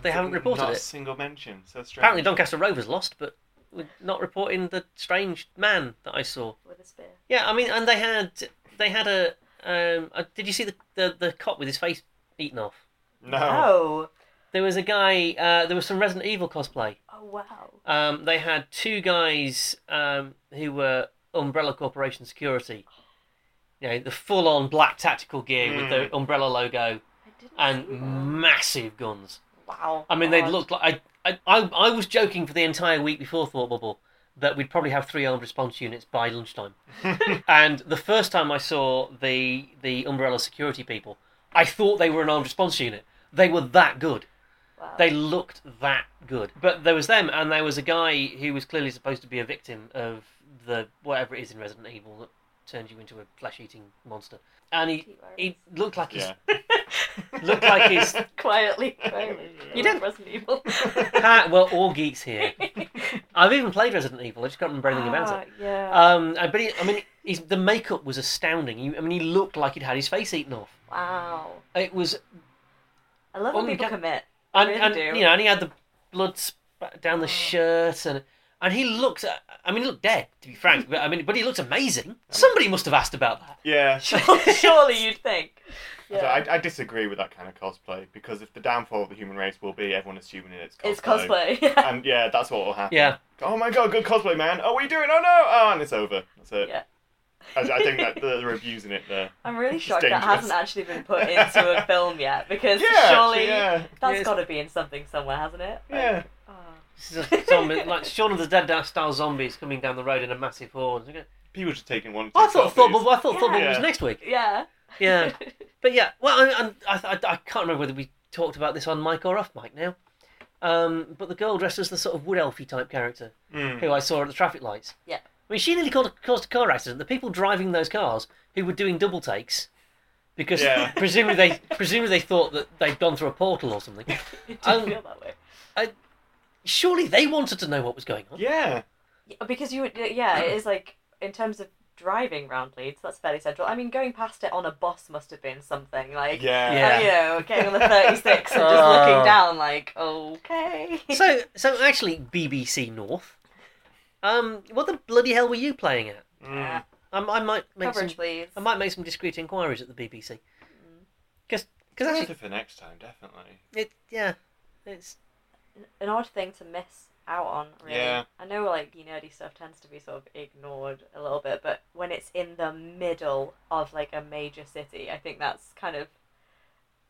[SPEAKER 2] They haven't reported
[SPEAKER 4] Not
[SPEAKER 2] it.
[SPEAKER 4] a single mention. So strange.
[SPEAKER 2] apparently Doncaster Rovers lost, but we're not reporting the strange man that I saw.
[SPEAKER 3] with a spear.
[SPEAKER 2] Yeah, I mean, and they had, they had a. Um, a did you see the, the the cop with his face eaten off?
[SPEAKER 4] No.
[SPEAKER 3] Oh,
[SPEAKER 2] There was a guy. Uh, there was some Resident Evil cosplay.
[SPEAKER 3] oh wow.
[SPEAKER 2] Um, they had two guys um, who were Umbrella Corporation security. You know, the full on black tactical gear with the Umbrella logo
[SPEAKER 3] I didn't see that.
[SPEAKER 2] and massive guns.
[SPEAKER 3] wow.
[SPEAKER 2] I mean, they
[SPEAKER 3] God.
[SPEAKER 2] looked like. I, I, I, I was joking for the entire week before Thought Bubble that we'd probably have three armed response units by lunchtime. and the first time I saw the, the Umbrella security people, I thought they were an armed response unit. They were that good.
[SPEAKER 3] Wow.
[SPEAKER 2] They looked that good. But there was them, and there was a guy who was clearly supposed to be a victim of the whatever it is in Resident Evil that turns you into a flesh eating monster. And he,
[SPEAKER 3] Keep
[SPEAKER 2] he looked like his
[SPEAKER 4] Yeah.
[SPEAKER 2] looked like his
[SPEAKER 3] quietly, quietly.
[SPEAKER 4] You
[SPEAKER 2] did.
[SPEAKER 3] Resident Evil. Ah,
[SPEAKER 2] hat. Well, all geeks here. I've even played Resident Evil. I just can't remember anything about it.
[SPEAKER 3] Ah, Yeah.
[SPEAKER 2] Um, I- but he, I mean, his, the makeup was astounding. You, I mean, he looked like he'd had his face eaten off.
[SPEAKER 3] wow.
[SPEAKER 2] It was,
[SPEAKER 3] I love when
[SPEAKER 2] Only
[SPEAKER 3] people
[SPEAKER 2] ca-
[SPEAKER 3] commit.
[SPEAKER 2] and,
[SPEAKER 3] really
[SPEAKER 2] and
[SPEAKER 3] do.
[SPEAKER 2] you know, and he had the blood sp- down the
[SPEAKER 3] Oh.
[SPEAKER 2] shirt, and and he looked. I mean, he looked dead, to be frank. But I mean, but he looked amazing. Somebody must have asked about that.
[SPEAKER 4] Yeah.
[SPEAKER 3] Surely you'd think.
[SPEAKER 4] So I, I disagree with that kind of cosplay because if the downfall of the human race will be everyone assuming it's cosplay.
[SPEAKER 3] it's cosplay. Yeah.
[SPEAKER 4] And yeah, that's what will happen.
[SPEAKER 2] Yeah.
[SPEAKER 4] Oh my god, good cosplay, man. Oh, what are you doing? Oh no! Oh, and it's over. That's it.
[SPEAKER 3] Yeah.
[SPEAKER 4] I, I think that they're abusing it there.
[SPEAKER 3] I'm really
[SPEAKER 4] It's
[SPEAKER 3] shocked that
[SPEAKER 4] dangerous.
[SPEAKER 3] hasn't actually been put into a film yet because
[SPEAKER 4] Yeah, actually,
[SPEAKER 3] surely
[SPEAKER 4] yeah.
[SPEAKER 3] that's
[SPEAKER 2] Yes.
[SPEAKER 3] got to be in something somewhere, hasn't it? Like,
[SPEAKER 4] Yeah.
[SPEAKER 3] oh.
[SPEAKER 2] This is a zombie, like Shaun of the Dead style zombies coming down the road in a massive horde.
[SPEAKER 4] People just taking one.
[SPEAKER 2] I thought
[SPEAKER 4] selfies.
[SPEAKER 2] Thought Bubble. I thought Thought Bubble was
[SPEAKER 4] Yeah.
[SPEAKER 2] next week.
[SPEAKER 3] Yeah.
[SPEAKER 2] Yeah, but yeah. Well, I, I, I, I can't remember whether we talked about this on mic or off mic now. Um, but the girl dressed as the sort of wood elfy type character
[SPEAKER 4] Mm.
[SPEAKER 2] who I saw at the traffic lights.
[SPEAKER 3] Yeah.
[SPEAKER 2] I mean, she nearly caused, caused a car accident. The people driving those cars who were doing double takes because
[SPEAKER 4] Yeah.
[SPEAKER 2] presumably they presumably they thought that they'd gone through a portal or something.
[SPEAKER 3] It did
[SPEAKER 2] Um,
[SPEAKER 3] feel that way.
[SPEAKER 2] Surely they wanted to know what was going on.
[SPEAKER 4] Yeah.
[SPEAKER 3] Yeah, Because you, would- yeah, it is like in terms of driving round Leeds, that's fairly central. I mean, going past it on a bus must have been something like.
[SPEAKER 4] Yeah.
[SPEAKER 2] Yeah.
[SPEAKER 3] And, you know, getting on the 36 and just
[SPEAKER 2] Oh.
[SPEAKER 3] looking down like, okay.
[SPEAKER 2] So so actually BBC North. Um, what the bloody hell were you playing at?
[SPEAKER 4] Mm.
[SPEAKER 2] I, I might make
[SPEAKER 3] Coverage,
[SPEAKER 2] some
[SPEAKER 3] please.
[SPEAKER 2] I might make some discreet inquiries at the BBC. Because
[SPEAKER 4] Worth
[SPEAKER 2] actually
[SPEAKER 4] it for next time, definitely.
[SPEAKER 2] it yeah it's
[SPEAKER 3] An odd thing to miss out on, really.
[SPEAKER 4] Yeah.
[SPEAKER 3] I know, like, the nerdy stuff tends to be sort of ignored a little bit, but when it's in the middle of, like, a major city, I think that's kind of.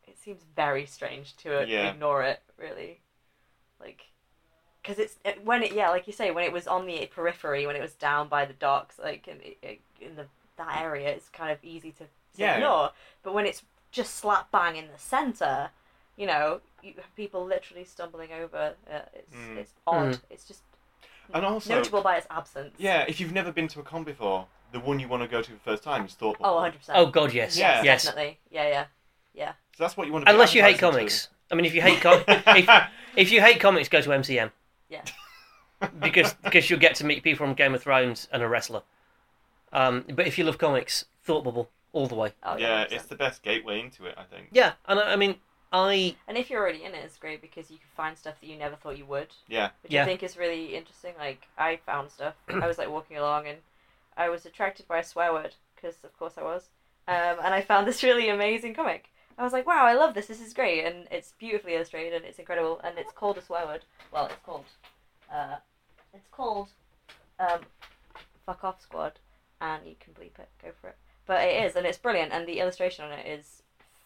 [SPEAKER 3] It seems very strange to uh,
[SPEAKER 4] Yeah.
[SPEAKER 3] ignore it, really. Like. Because it's. It, when it. Yeah, like you say, when it was on the periphery, when it was down by the docks, like, in, in the that area, it's kind of easy to
[SPEAKER 4] Yeah.
[SPEAKER 3] ignore. But when it's just slap bang in the centre, you know, you have people literally stumbling over. Uh, it's
[SPEAKER 4] Mm.
[SPEAKER 3] it's odd. It's just
[SPEAKER 4] And also,
[SPEAKER 3] notable by its absence.
[SPEAKER 4] yeah, if you've never been to a con before, the one you want to go to the first time is Thought Bubble.
[SPEAKER 3] Oh, 100 percent.
[SPEAKER 2] oh god yes
[SPEAKER 4] Yeah.
[SPEAKER 2] yes
[SPEAKER 3] Definitely. Yeah, yeah.
[SPEAKER 4] So that's what you want to. be
[SPEAKER 2] unless you hate
[SPEAKER 4] advertising to.
[SPEAKER 2] comics. I mean if you hate com- if, If you hate comics, go to MCM.
[SPEAKER 3] Yeah.
[SPEAKER 2] because because you'll get to meet people from Game of Thrones and a wrestler. Um, but if you love comics, Thought Bubble all the way.
[SPEAKER 3] Oh,
[SPEAKER 4] yeah,
[SPEAKER 3] 100%.
[SPEAKER 4] it's the best gateway into it, I think.
[SPEAKER 2] Yeah, and I, I mean I
[SPEAKER 3] And if you're already in it, it's great because you can find stuff that you never thought you would.
[SPEAKER 4] Yeah.
[SPEAKER 3] Which
[SPEAKER 2] Yeah.
[SPEAKER 3] I think is really interesting. Like, I found stuff. I was, like, walking along and I was attracted by a swear word. 'cause because of course I was. Um, and I found this really amazing comic. I was like, wow, I love this. This is great, and it's beautifully illustrated, and it's incredible, and it's called a swear word. Well, it's called, uh, it's called, um, fuck off squad, and you can bleep it. Go for it. But it is, and it's brilliant, and the illustration on it is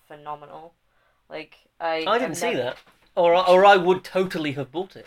[SPEAKER 3] phenomenal. Like I,
[SPEAKER 2] Oh, I
[SPEAKER 3] I've
[SPEAKER 2] didn't see
[SPEAKER 3] never-
[SPEAKER 2] that, or I- or I would totally have bought it.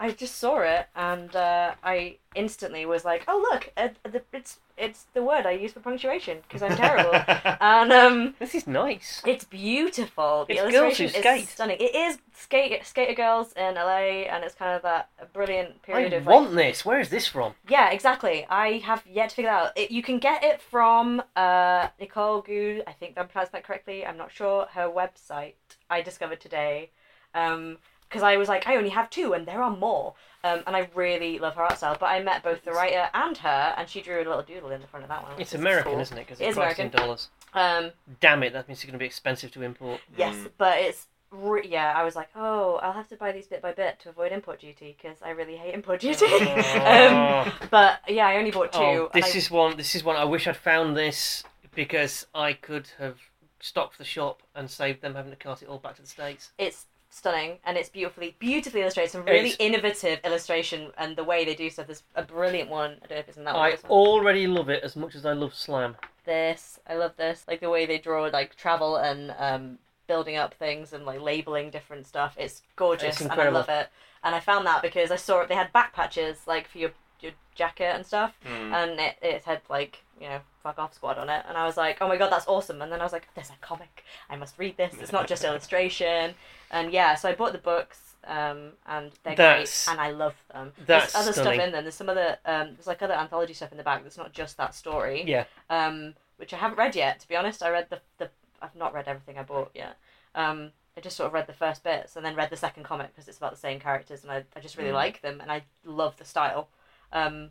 [SPEAKER 3] I just saw it and uh, I instantly was like, "Oh look, uh, the, it's it's the word I use for punctuation because I'm terrible." and um,
[SPEAKER 2] This is nice.
[SPEAKER 3] it's beautiful. The
[SPEAKER 2] It's girls
[SPEAKER 3] illustration
[SPEAKER 2] who
[SPEAKER 3] is
[SPEAKER 2] skate.
[SPEAKER 3] stunning. It is skate skater girls in LA, and it's kind of that brilliant period
[SPEAKER 2] I
[SPEAKER 3] of like,
[SPEAKER 2] want this. Where is this from?
[SPEAKER 3] yeah, exactly. I have yet to figure that out. It, you can get it from uh, Nicole Good. I think I'm pronouncing that correctly. I'm not sure. Her website I discovered today. Um 'cause because I was like, I only have two, and there are more. Um, and I really love her art style. But I met both the writer and her, and she drew a little doodle in the front of that one. which
[SPEAKER 2] It's
[SPEAKER 3] is
[SPEAKER 2] American,
[SPEAKER 3] cool.
[SPEAKER 2] isn't it? Because
[SPEAKER 3] It
[SPEAKER 2] it's
[SPEAKER 3] is
[SPEAKER 2] priced in dollars.
[SPEAKER 3] Um,
[SPEAKER 2] Damn it, that means it's going to be expensive to import.
[SPEAKER 3] Yes, but it's re- yeah. I was like, oh, I'll have to buy these bit by bit to avoid import duty because I really hate import duty. um,
[SPEAKER 4] Mm.
[SPEAKER 2] Oh.
[SPEAKER 3] but yeah, I only bought two.
[SPEAKER 2] Oh,
[SPEAKER 3] and
[SPEAKER 2] this
[SPEAKER 3] I-
[SPEAKER 2] is one. This is one. I wish I'd found this because I could have stocked the shop and saved them having to cart it all back to the states.
[SPEAKER 3] It's stunning and it's beautifully, beautifully illustrated. Some really
[SPEAKER 2] It's-
[SPEAKER 3] innovative illustration and the way they do stuff. There's a brilliant one. I don't know if it's in that one. or
[SPEAKER 2] I
[SPEAKER 3] this one.
[SPEAKER 2] already love it as much as I love Slam.
[SPEAKER 3] This I love this. Like the way they draw like travel and um, building up things and like labeling different stuff. It's gorgeous
[SPEAKER 2] It's
[SPEAKER 3] and I
[SPEAKER 2] incredible.
[SPEAKER 3] love it. And I found that because I saw it. They had back patches like for your your jacket and stuff.
[SPEAKER 2] Mm.
[SPEAKER 4] Hmm.
[SPEAKER 3] and it, it had like you know fuck off squad on it and i was like oh my god that's awesome and then i was like there's a comic i must read this it's not just illustration and yeah so i bought the books um and they're
[SPEAKER 2] That's-
[SPEAKER 3] great and i love them
[SPEAKER 2] that's
[SPEAKER 3] there's other
[SPEAKER 2] stunning.
[SPEAKER 3] stuff in them there's some other um there's like other anthology stuff in the back that's not just that story
[SPEAKER 2] Yeah.
[SPEAKER 3] um which i haven't read yet to be honest i read the, the i've not read everything i bought yet um I just sort of read the first bits and then read the second comic because it's about the same characters and I, I just really
[SPEAKER 4] Mm.
[SPEAKER 3] like them and I love the style. Um,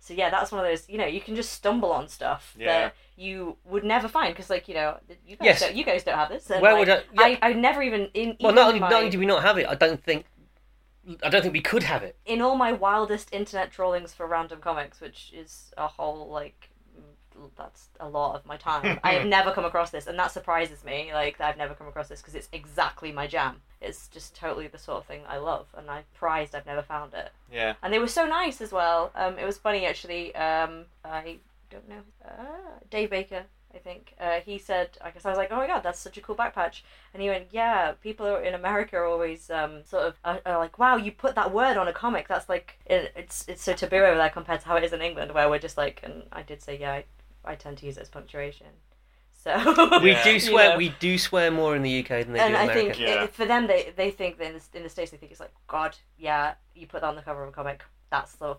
[SPEAKER 3] so yeah, that's one of those. You know, you can just stumble on stuff
[SPEAKER 4] Yeah.
[SPEAKER 3] that you would never find because, like, you know, you guys,
[SPEAKER 2] Yes.
[SPEAKER 3] don't, you guys don't have this. And,
[SPEAKER 2] Where
[SPEAKER 3] like,
[SPEAKER 2] would I? Yeah.
[SPEAKER 3] I? I never even in
[SPEAKER 2] well,
[SPEAKER 3] even
[SPEAKER 2] not only,
[SPEAKER 3] my-
[SPEAKER 2] not only do we not have it, I don't think. I don't think we could have it.
[SPEAKER 3] in all my wildest internet drawings for random comics, which is a whole like mm, that's a lot of my time. I have never come across this, and that surprises me. Like that I've never come across this because it's exactly my jam. It's just totally the sort of thing I love, and I prized I've never found it.
[SPEAKER 4] Yeah.
[SPEAKER 3] And they were so nice as well. Um, it was funny actually. Um, I don't know uh, Dave Baker. I think uh, he said, I guess I was like, oh my god, that's such a cool back patch. And he went, yeah, people are- in America are always um, sort of are, are like, wow, you put that word on a comic. That's like, it, it's it's so taboo over there compared to how it is in England, where we're just like, and I did say, yeah, I, I tend to use it as punctuation. So
[SPEAKER 2] We
[SPEAKER 4] Yeah.
[SPEAKER 2] do swear.
[SPEAKER 3] Yeah.
[SPEAKER 2] We do swear more in the UK than they
[SPEAKER 3] and
[SPEAKER 2] do in
[SPEAKER 3] I
[SPEAKER 2] America.
[SPEAKER 3] think
[SPEAKER 4] Yeah.
[SPEAKER 3] it, for them, they, they think that in the, in the States, they think it's like, God, yeah, you put that on the cover of a comic, that's sort of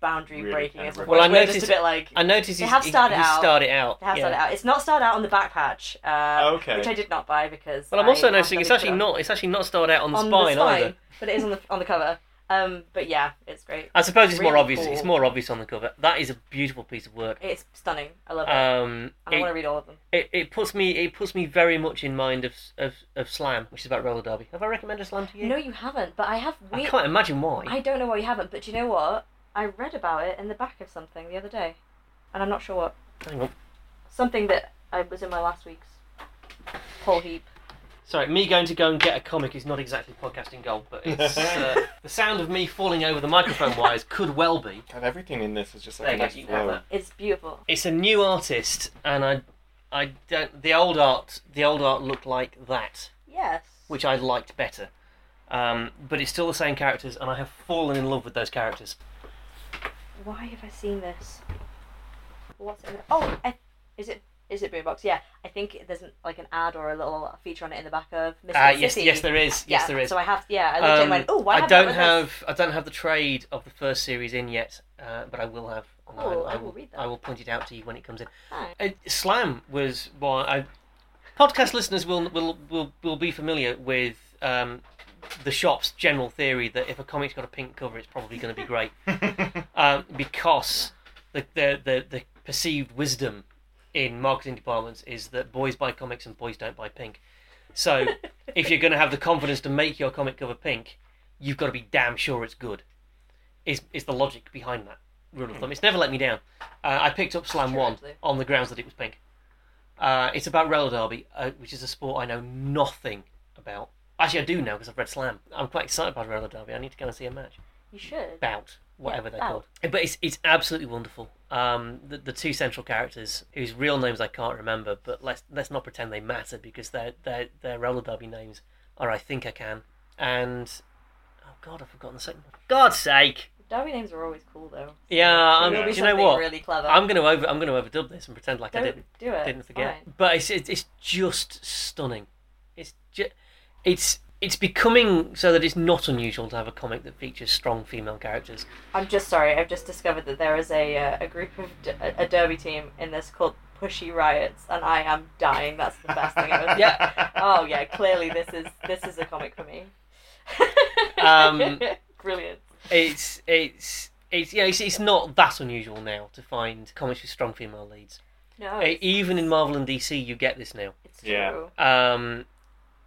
[SPEAKER 3] boundary
[SPEAKER 4] Really
[SPEAKER 3] breaking.
[SPEAKER 4] kind
[SPEAKER 3] It's like,
[SPEAKER 4] of
[SPEAKER 2] Well, I
[SPEAKER 3] we're just
[SPEAKER 2] noticed-
[SPEAKER 3] a bit like,
[SPEAKER 2] I noticed
[SPEAKER 3] They
[SPEAKER 2] he's,
[SPEAKER 3] have
[SPEAKER 2] he-
[SPEAKER 3] started
[SPEAKER 2] he's
[SPEAKER 3] out.
[SPEAKER 2] started out.
[SPEAKER 3] they have
[SPEAKER 2] yeah.
[SPEAKER 3] started out. It's not started out on the back patch, uh,
[SPEAKER 4] Okay.
[SPEAKER 3] which I did not buy because.
[SPEAKER 2] Well, I'm also
[SPEAKER 3] I asked
[SPEAKER 2] noticing
[SPEAKER 3] them
[SPEAKER 2] it's
[SPEAKER 3] to put
[SPEAKER 2] actually
[SPEAKER 3] it on-
[SPEAKER 2] not. It's actually not started out on the
[SPEAKER 3] on
[SPEAKER 2] spine either.
[SPEAKER 3] but it is on the on the cover. Um, but yeah, it's great.
[SPEAKER 2] I suppose it's more
[SPEAKER 3] Really
[SPEAKER 2] obvious. It's
[SPEAKER 3] cool.
[SPEAKER 2] more obvious on the cover. That is a beautiful piece of work.
[SPEAKER 3] It's stunning. I love Uh, it.
[SPEAKER 2] Um,
[SPEAKER 3] and I want
[SPEAKER 2] it,
[SPEAKER 3] to read all of them.
[SPEAKER 2] it, it puts me it puts me very much in mind of, of of slam, which is about roller derby. Have I recommended slam to you?
[SPEAKER 3] No, you haven't. But I have.
[SPEAKER 2] I
[SPEAKER 3] We-
[SPEAKER 2] can't imagine why.
[SPEAKER 3] I don't know why you haven't. But do you know what? I read about it in the back of something the other day, and I'm not sure what.
[SPEAKER 2] Hang on.
[SPEAKER 3] Something that I was in my last week's whole heap.
[SPEAKER 2] Sorry, me going to go and get a comic is not exactly podcasting gold, but it's uh, the sound of me falling over the microphone wires could well be.
[SPEAKER 4] And everything in this is just
[SPEAKER 2] There
[SPEAKER 4] like
[SPEAKER 2] you go,
[SPEAKER 4] a
[SPEAKER 2] you
[SPEAKER 4] nice
[SPEAKER 2] can have
[SPEAKER 4] flow.
[SPEAKER 2] that.
[SPEAKER 3] It's beautiful.
[SPEAKER 2] It's a new artist, and I, I don't. The old art, the old art looked like that.
[SPEAKER 3] Yes.
[SPEAKER 2] which I liked better. Um, but it's still the same characters, and I have fallen in love with those characters.
[SPEAKER 3] Why have I seen this? What's it? Oh, I, is it is it Boombox? Yeah, I think there's an, like an ad or a little feature on it in the back of Mr.
[SPEAKER 2] Uh, yes,
[SPEAKER 3] City.
[SPEAKER 2] yes, there is. Yes,
[SPEAKER 3] yeah,
[SPEAKER 2] there is.
[SPEAKER 3] So I have, yeah, I looked at it
[SPEAKER 2] Um,
[SPEAKER 3] and went, oh, why
[SPEAKER 2] I
[SPEAKER 3] haven't
[SPEAKER 2] don't
[SPEAKER 3] read this?"
[SPEAKER 2] have I don't have the trade of the first series in yet, uh, but I will have. and
[SPEAKER 3] Oh,
[SPEAKER 2] I,
[SPEAKER 3] I will read that.
[SPEAKER 2] I will point it out to you when it comes in.
[SPEAKER 3] Alright.
[SPEAKER 2] Uh, Slam was why I. Podcast listeners will will will, will be familiar with um, the shop's general theory that if a comic's got a pink cover, it's probably going to be great. um, because the, the the the perceived wisdom in marketing departments is that boys buy comics and boys don't buy pink. So if you're going to have the confidence to make your comic cover pink, you've got to be damn sure it's good. Is is the logic behind that? rule of thumb. It's never let me down. Uh, I picked up Slam
[SPEAKER 3] True,
[SPEAKER 2] 1
[SPEAKER 3] actually.
[SPEAKER 2] on the grounds that it was pink. Uh, it's about roller derby, uh, which is a sport I know nothing about. Actually, I do know because I've read Slam. I'm quite excited about roller derby. I need to go and see a match.
[SPEAKER 3] You should.
[SPEAKER 2] Bout, whatever they're
[SPEAKER 3] Bout.
[SPEAKER 2] called. But it's it's absolutely wonderful. Um, the, the two central characters, whose real names I can't remember, but let's let's not pretend they matter because their their their roller derby names are I think I can and oh god I've forgotten the second one. God's sake!
[SPEAKER 3] Derby names are always cool though.
[SPEAKER 2] Yeah, I'm, Um, do
[SPEAKER 3] It'll be
[SPEAKER 4] Yeah.
[SPEAKER 2] you know
[SPEAKER 3] something
[SPEAKER 2] what?
[SPEAKER 3] really clever.
[SPEAKER 2] I'm gonna over I'm gonna overdub this and pretend like
[SPEAKER 3] Don't
[SPEAKER 2] I didn't
[SPEAKER 3] do it.
[SPEAKER 2] didn't forget.
[SPEAKER 3] Fine.
[SPEAKER 2] But it's it's, it's just stunning. It's ju- it's it's becoming so that it's not unusual to have a comic that features strong female characters.
[SPEAKER 3] I'm just sorry. I've just discovered that there is a uh, a group of d- a a derby team in this called Pushy Riots, and I am dying. That's the best thing ever.
[SPEAKER 2] Yeah.
[SPEAKER 3] Oh yeah, clearly this is this is a comic for me.
[SPEAKER 2] Um,
[SPEAKER 3] Brilliant.
[SPEAKER 2] It's it's it's yeah it's, it's not that unusual now to find comics with strong female leads.
[SPEAKER 3] No,
[SPEAKER 2] E- Even in Marvel and DC, you get this now.
[SPEAKER 3] it's true.
[SPEAKER 4] Yeah.
[SPEAKER 2] Um,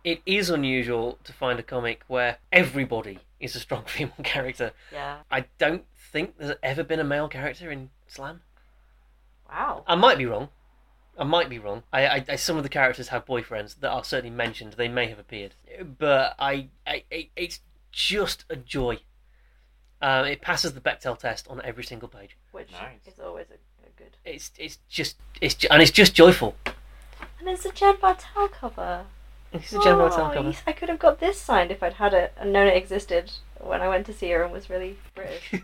[SPEAKER 2] it is unusual to find a comic where everybody is a strong female character.
[SPEAKER 3] Yeah.
[SPEAKER 2] I don't think there's ever been a male character in Slam.
[SPEAKER 3] Wow.
[SPEAKER 2] I might be wrong. I might be wrong. I, I, I some of the characters have boyfriends that are certainly mentioned. They may have appeared, but I, I, I it's just a joy. Um, it passes the Bechtel test on every single page.
[SPEAKER 3] Which
[SPEAKER 4] Nice.
[SPEAKER 3] is always a, a good.
[SPEAKER 2] It's it's just it's ju- and it's just joyful.
[SPEAKER 3] And it's a Jed Bartel cover.
[SPEAKER 2] It's a general
[SPEAKER 3] Oh,
[SPEAKER 2] Bartel cover.
[SPEAKER 3] yes, I could have got this signed if I'd had it and known it existed when I went to see her and was really British.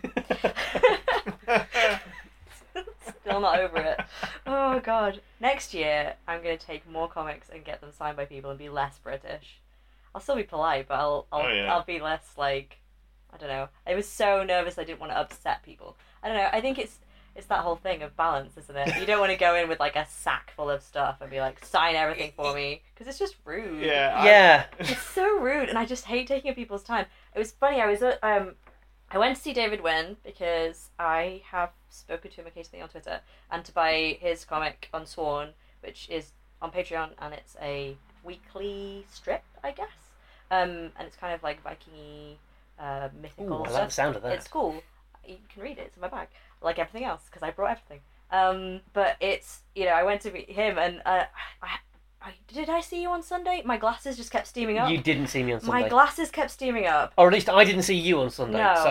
[SPEAKER 3] Still not over it. Oh god. Next year, I'm gonna take more comics and get them signed by people and be less British. I'll still be polite, but I'll I'll,
[SPEAKER 4] Oh, yeah.
[SPEAKER 3] I'll be less like I don't know. I was so nervous I didn't want to upset people. I don't know. I think it's it's that whole thing of balance, isn't it? You don't want to go in with like a sack full of stuff and be like sign everything for me because it's just rude.
[SPEAKER 4] yeah.
[SPEAKER 2] Yeah,
[SPEAKER 4] I,
[SPEAKER 3] It's so rude, and I just hate taking up people's time. It was funny. I was uh, um, I went to see David Wynn because I have spoken to him occasionally on Twitter, and to buy his comic Unsworn, which is on Patreon, and it's a weekly strip, I guess. Um, and it's kind of like Vikingy, uh,
[SPEAKER 2] Ooh,
[SPEAKER 3] mythical
[SPEAKER 2] I like
[SPEAKER 3] stuff.
[SPEAKER 2] the sound of that.
[SPEAKER 3] It's cool. You can read it. It's in my bag, like everything else, because I brought everything. Um, but it's you know I went to meet him, and uh, I, I did I see you on Sunday? My glasses just kept steaming up.
[SPEAKER 2] You didn't see me on Sunday,
[SPEAKER 3] my glasses kept steaming up.
[SPEAKER 2] or at least I didn't see you on Sunday.
[SPEAKER 3] No.
[SPEAKER 2] So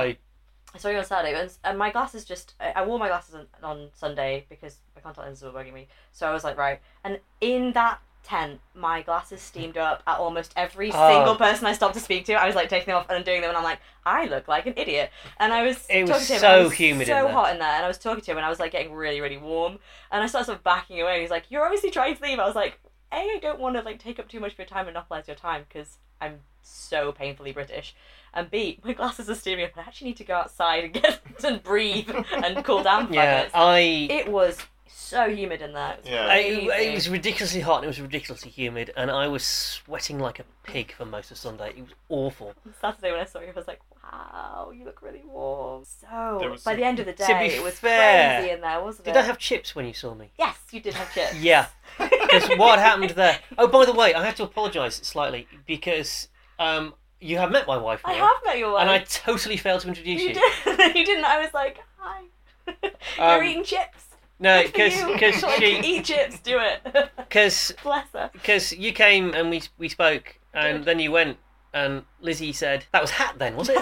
[SPEAKER 3] I saw you on Saturday, and, and my glasses just I, I wore my glasses on, on Sunday because my contact lenses were bugging me. So I was like, right. And in that tent, my glasses steamed up at almost every
[SPEAKER 2] Oh.
[SPEAKER 3] single person I stopped to speak to. I was like taking them off and undoing them, and I'm like, I look like an idiot. And I was
[SPEAKER 2] It was
[SPEAKER 3] talking to him. and
[SPEAKER 2] so
[SPEAKER 3] it was
[SPEAKER 2] humid in
[SPEAKER 3] so
[SPEAKER 2] there.
[SPEAKER 3] hot in there, and I was talking to him, and I was like getting really, really warm. And I started sort of backing away. And he's like, "You're obviously trying to leave." I was like, "A, I don't want to like take up too much of your time and monopolize your time because I'm so painfully British." and B, my glasses are steaming up. I actually need to go outside and get and breathe and cool down for five
[SPEAKER 2] yeah,
[SPEAKER 3] minutes.
[SPEAKER 2] I
[SPEAKER 3] It was so humid in there. It was
[SPEAKER 4] Yeah.
[SPEAKER 2] I-
[SPEAKER 3] crazy.
[SPEAKER 2] it was ridiculously hot and it was ridiculously humid, and I was sweating like a pig for most of Sunday. It was awful.
[SPEAKER 3] On Saturday when I saw you, I was like, "Wow, you look really warm."
[SPEAKER 4] There
[SPEAKER 3] So
[SPEAKER 4] was
[SPEAKER 3] by
[SPEAKER 4] some-
[SPEAKER 3] the end of the
[SPEAKER 2] To
[SPEAKER 3] day,
[SPEAKER 2] be
[SPEAKER 3] it was
[SPEAKER 2] fair,
[SPEAKER 3] crazy in there, wasn't
[SPEAKER 2] Did
[SPEAKER 3] it?
[SPEAKER 2] I have chips when you saw me?
[SPEAKER 3] Yes, you did have chips.
[SPEAKER 2] Yeah. Because what happened there? Oh, by the way, I have to apologise slightly because um, you have met my wife now,
[SPEAKER 3] I have met your wife.
[SPEAKER 2] and I totally failed to introduce you.
[SPEAKER 3] you did. you didn't. I was like, "Hi." You're
[SPEAKER 2] Um,
[SPEAKER 3] eating chips.
[SPEAKER 2] No,
[SPEAKER 3] Good
[SPEAKER 2] because
[SPEAKER 3] for you.
[SPEAKER 2] because
[SPEAKER 3] Like, e-
[SPEAKER 2] she
[SPEAKER 3] eat chips. Do it.
[SPEAKER 2] because
[SPEAKER 3] Bless her.
[SPEAKER 2] because you came and we we spoke, and
[SPEAKER 3] Good.
[SPEAKER 2] then you went, and Lizzie said that was hat then, was it?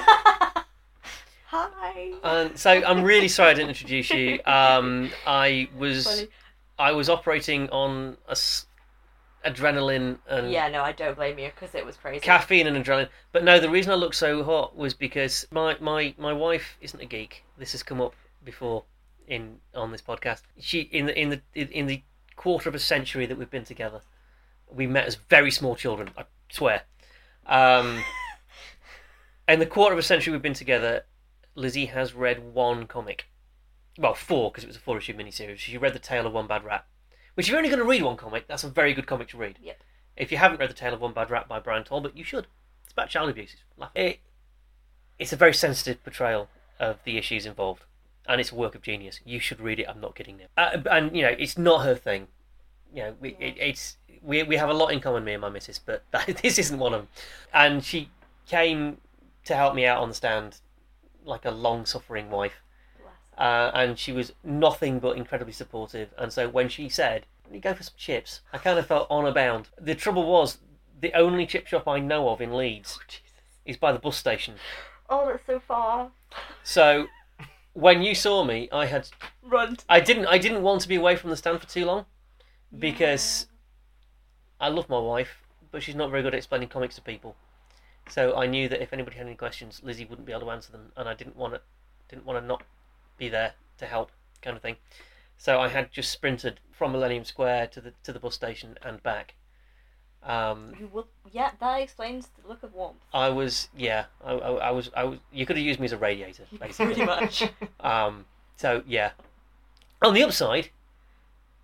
[SPEAKER 3] Hi.
[SPEAKER 2] And so I'm really sorry I didn't introduce you. Um, I was
[SPEAKER 3] Funny.
[SPEAKER 2] I was operating on a s- adrenaline and
[SPEAKER 3] Yeah, no, I don't blame you because it was crazy.
[SPEAKER 2] caffeine and adrenaline. But no, the reason I looked so hot was because my, my, my wife isn't a geek. This has come up before in on this podcast. She in the in the in- in the quarter of a century that we've been together, we met as very small children. I swear. Um, in the quarter of a century we've been together, Lizzie has read one comic. Well, four because it was a four issue miniseries. She read The Tale of One Bad Rat, which if you're only going to read one comic, that's a very good comic to read.
[SPEAKER 3] Yep.
[SPEAKER 2] If you haven't read The Tale of One Bad Rat by Brian Talbot, you should. It's about child abuse. It's laughable. It, it's a very sensitive portrayal of the issues involved, and it's a work of genius. You should read it. I'm not kidding now. Uh, and you know, it's not her thing. You know, we, it, it's we we have a lot in common, me and my missus, but that, this isn't one of them. And she came to help me out on the stand, like a long-suffering wife
[SPEAKER 3] Bless her.
[SPEAKER 2] uh, and she was nothing but incredibly supportive. And so when she said, "Why don't "You go for some chips," I kind of felt honour bound. The trouble was, the only chip shop I know of in Leeds is by the bus station.
[SPEAKER 3] Oh, that's so far.
[SPEAKER 2] So when you saw me, I had
[SPEAKER 3] Run.
[SPEAKER 2] I didn't I didn't want to be away from the stand for too long because I love my wife, but she's not very good at explaining comics to people. So I knew that if anybody had any questions, Lizzie wouldn't be able to answer them, and I didn't want to didn't want to not be there to help, kind of thing. So I had just sprinted from Millennium Square to the to the bus station and back. Um,
[SPEAKER 3] You will. Yeah, that explains the look of warmth.
[SPEAKER 2] I was yeah, I, I, I was I was. You could have used me as a radiator, basically.
[SPEAKER 3] Pretty much.
[SPEAKER 2] um, so yeah. On the upside,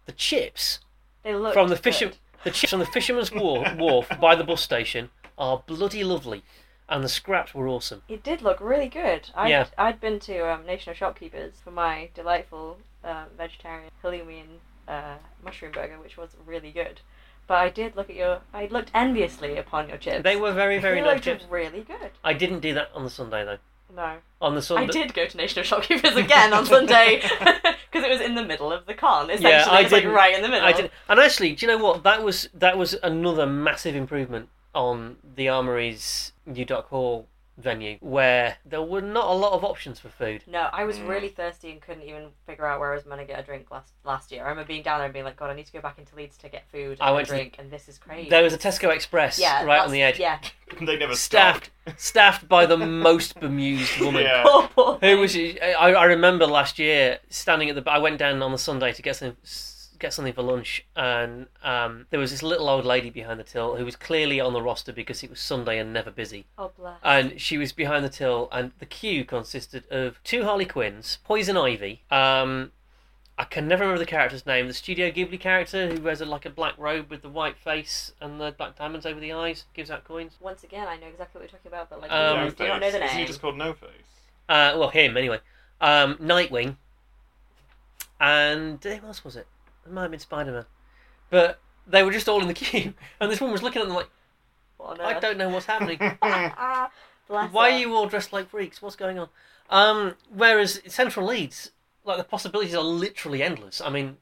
[SPEAKER 2] the chips
[SPEAKER 3] They look
[SPEAKER 2] from the
[SPEAKER 3] good.
[SPEAKER 2] fisher the chips from the fisherman's wharf, wharf by the bus station are bloody lovely, and the scraps were awesome.
[SPEAKER 3] It did look really good. I'd,
[SPEAKER 2] Yeah.
[SPEAKER 3] I'd been to um, Nation of Shopkeepers for my delightful uh, vegetarian halloumi and uh, mushroom burger, which was really good. But I did look at your. I looked enviously upon your chips.
[SPEAKER 2] They were very very
[SPEAKER 3] they
[SPEAKER 2] nice
[SPEAKER 3] looked
[SPEAKER 2] chips.
[SPEAKER 3] really good.
[SPEAKER 2] I didn't do that on the Sunday though.
[SPEAKER 3] No,
[SPEAKER 2] On the Sunday,
[SPEAKER 3] I did go to Nation of Shopkeepers again on Sunday because it was in the middle of the con. Essentially,
[SPEAKER 2] Yeah, I
[SPEAKER 3] it's like
[SPEAKER 2] didn't-
[SPEAKER 3] right in the middle.
[SPEAKER 2] I did, and actually, do you know what? That was that was another massive improvement on the Armory's New Dock Hall venue, where there were not a lot of options for food.
[SPEAKER 3] No, I was
[SPEAKER 4] Mm.
[SPEAKER 3] really thirsty and couldn't even figure out where I was going to get a drink last last year. I remember being down there and being like, God, I need to go back into Leeds to get food and
[SPEAKER 2] I
[SPEAKER 3] a
[SPEAKER 2] went to the-
[SPEAKER 3] drink, and this is crazy.
[SPEAKER 2] There was a Tesco Express
[SPEAKER 3] yeah,
[SPEAKER 2] right
[SPEAKER 3] that's-
[SPEAKER 2] on the edge,
[SPEAKER 3] Yeah,
[SPEAKER 4] they never
[SPEAKER 2] staffed staffed by the most bemused woman.
[SPEAKER 4] Yeah.
[SPEAKER 3] poor, poor
[SPEAKER 2] Who
[SPEAKER 3] thing.
[SPEAKER 2] was? I, I remember last year standing at the. I went down on the Sunday to get some get something for lunch, and um, there was this little old lady behind the till who was clearly on the roster because it was Sunday and never busy,
[SPEAKER 3] Oh bless.
[SPEAKER 2] and she was behind the till, and the queue consisted of two Harley Quinns, Poison Ivy. Um, I can never remember the character's name. The Studio Ghibli character who wears a, like a black robe with the white face and the black diamonds over the eyes, gives out coins.
[SPEAKER 3] Once again, I know exactly what you're talking about, but like,
[SPEAKER 2] Um,
[SPEAKER 3] you do not know the
[SPEAKER 4] Is he
[SPEAKER 3] name.
[SPEAKER 4] just called No Face?
[SPEAKER 2] Uh, well, him anyway. Um, Nightwing, and who else was it? It might have been Spider Man, but they were just all in the queue, and this woman was looking at them like,
[SPEAKER 3] What on
[SPEAKER 2] "I
[SPEAKER 3] earth?
[SPEAKER 2] don't know what's happening.
[SPEAKER 3] Ah, ah, bless
[SPEAKER 2] Why
[SPEAKER 3] her.
[SPEAKER 2] are you all dressed like freaks? What's going on?" Um, whereas Central Leeds, like the possibilities are literally endless. I mean,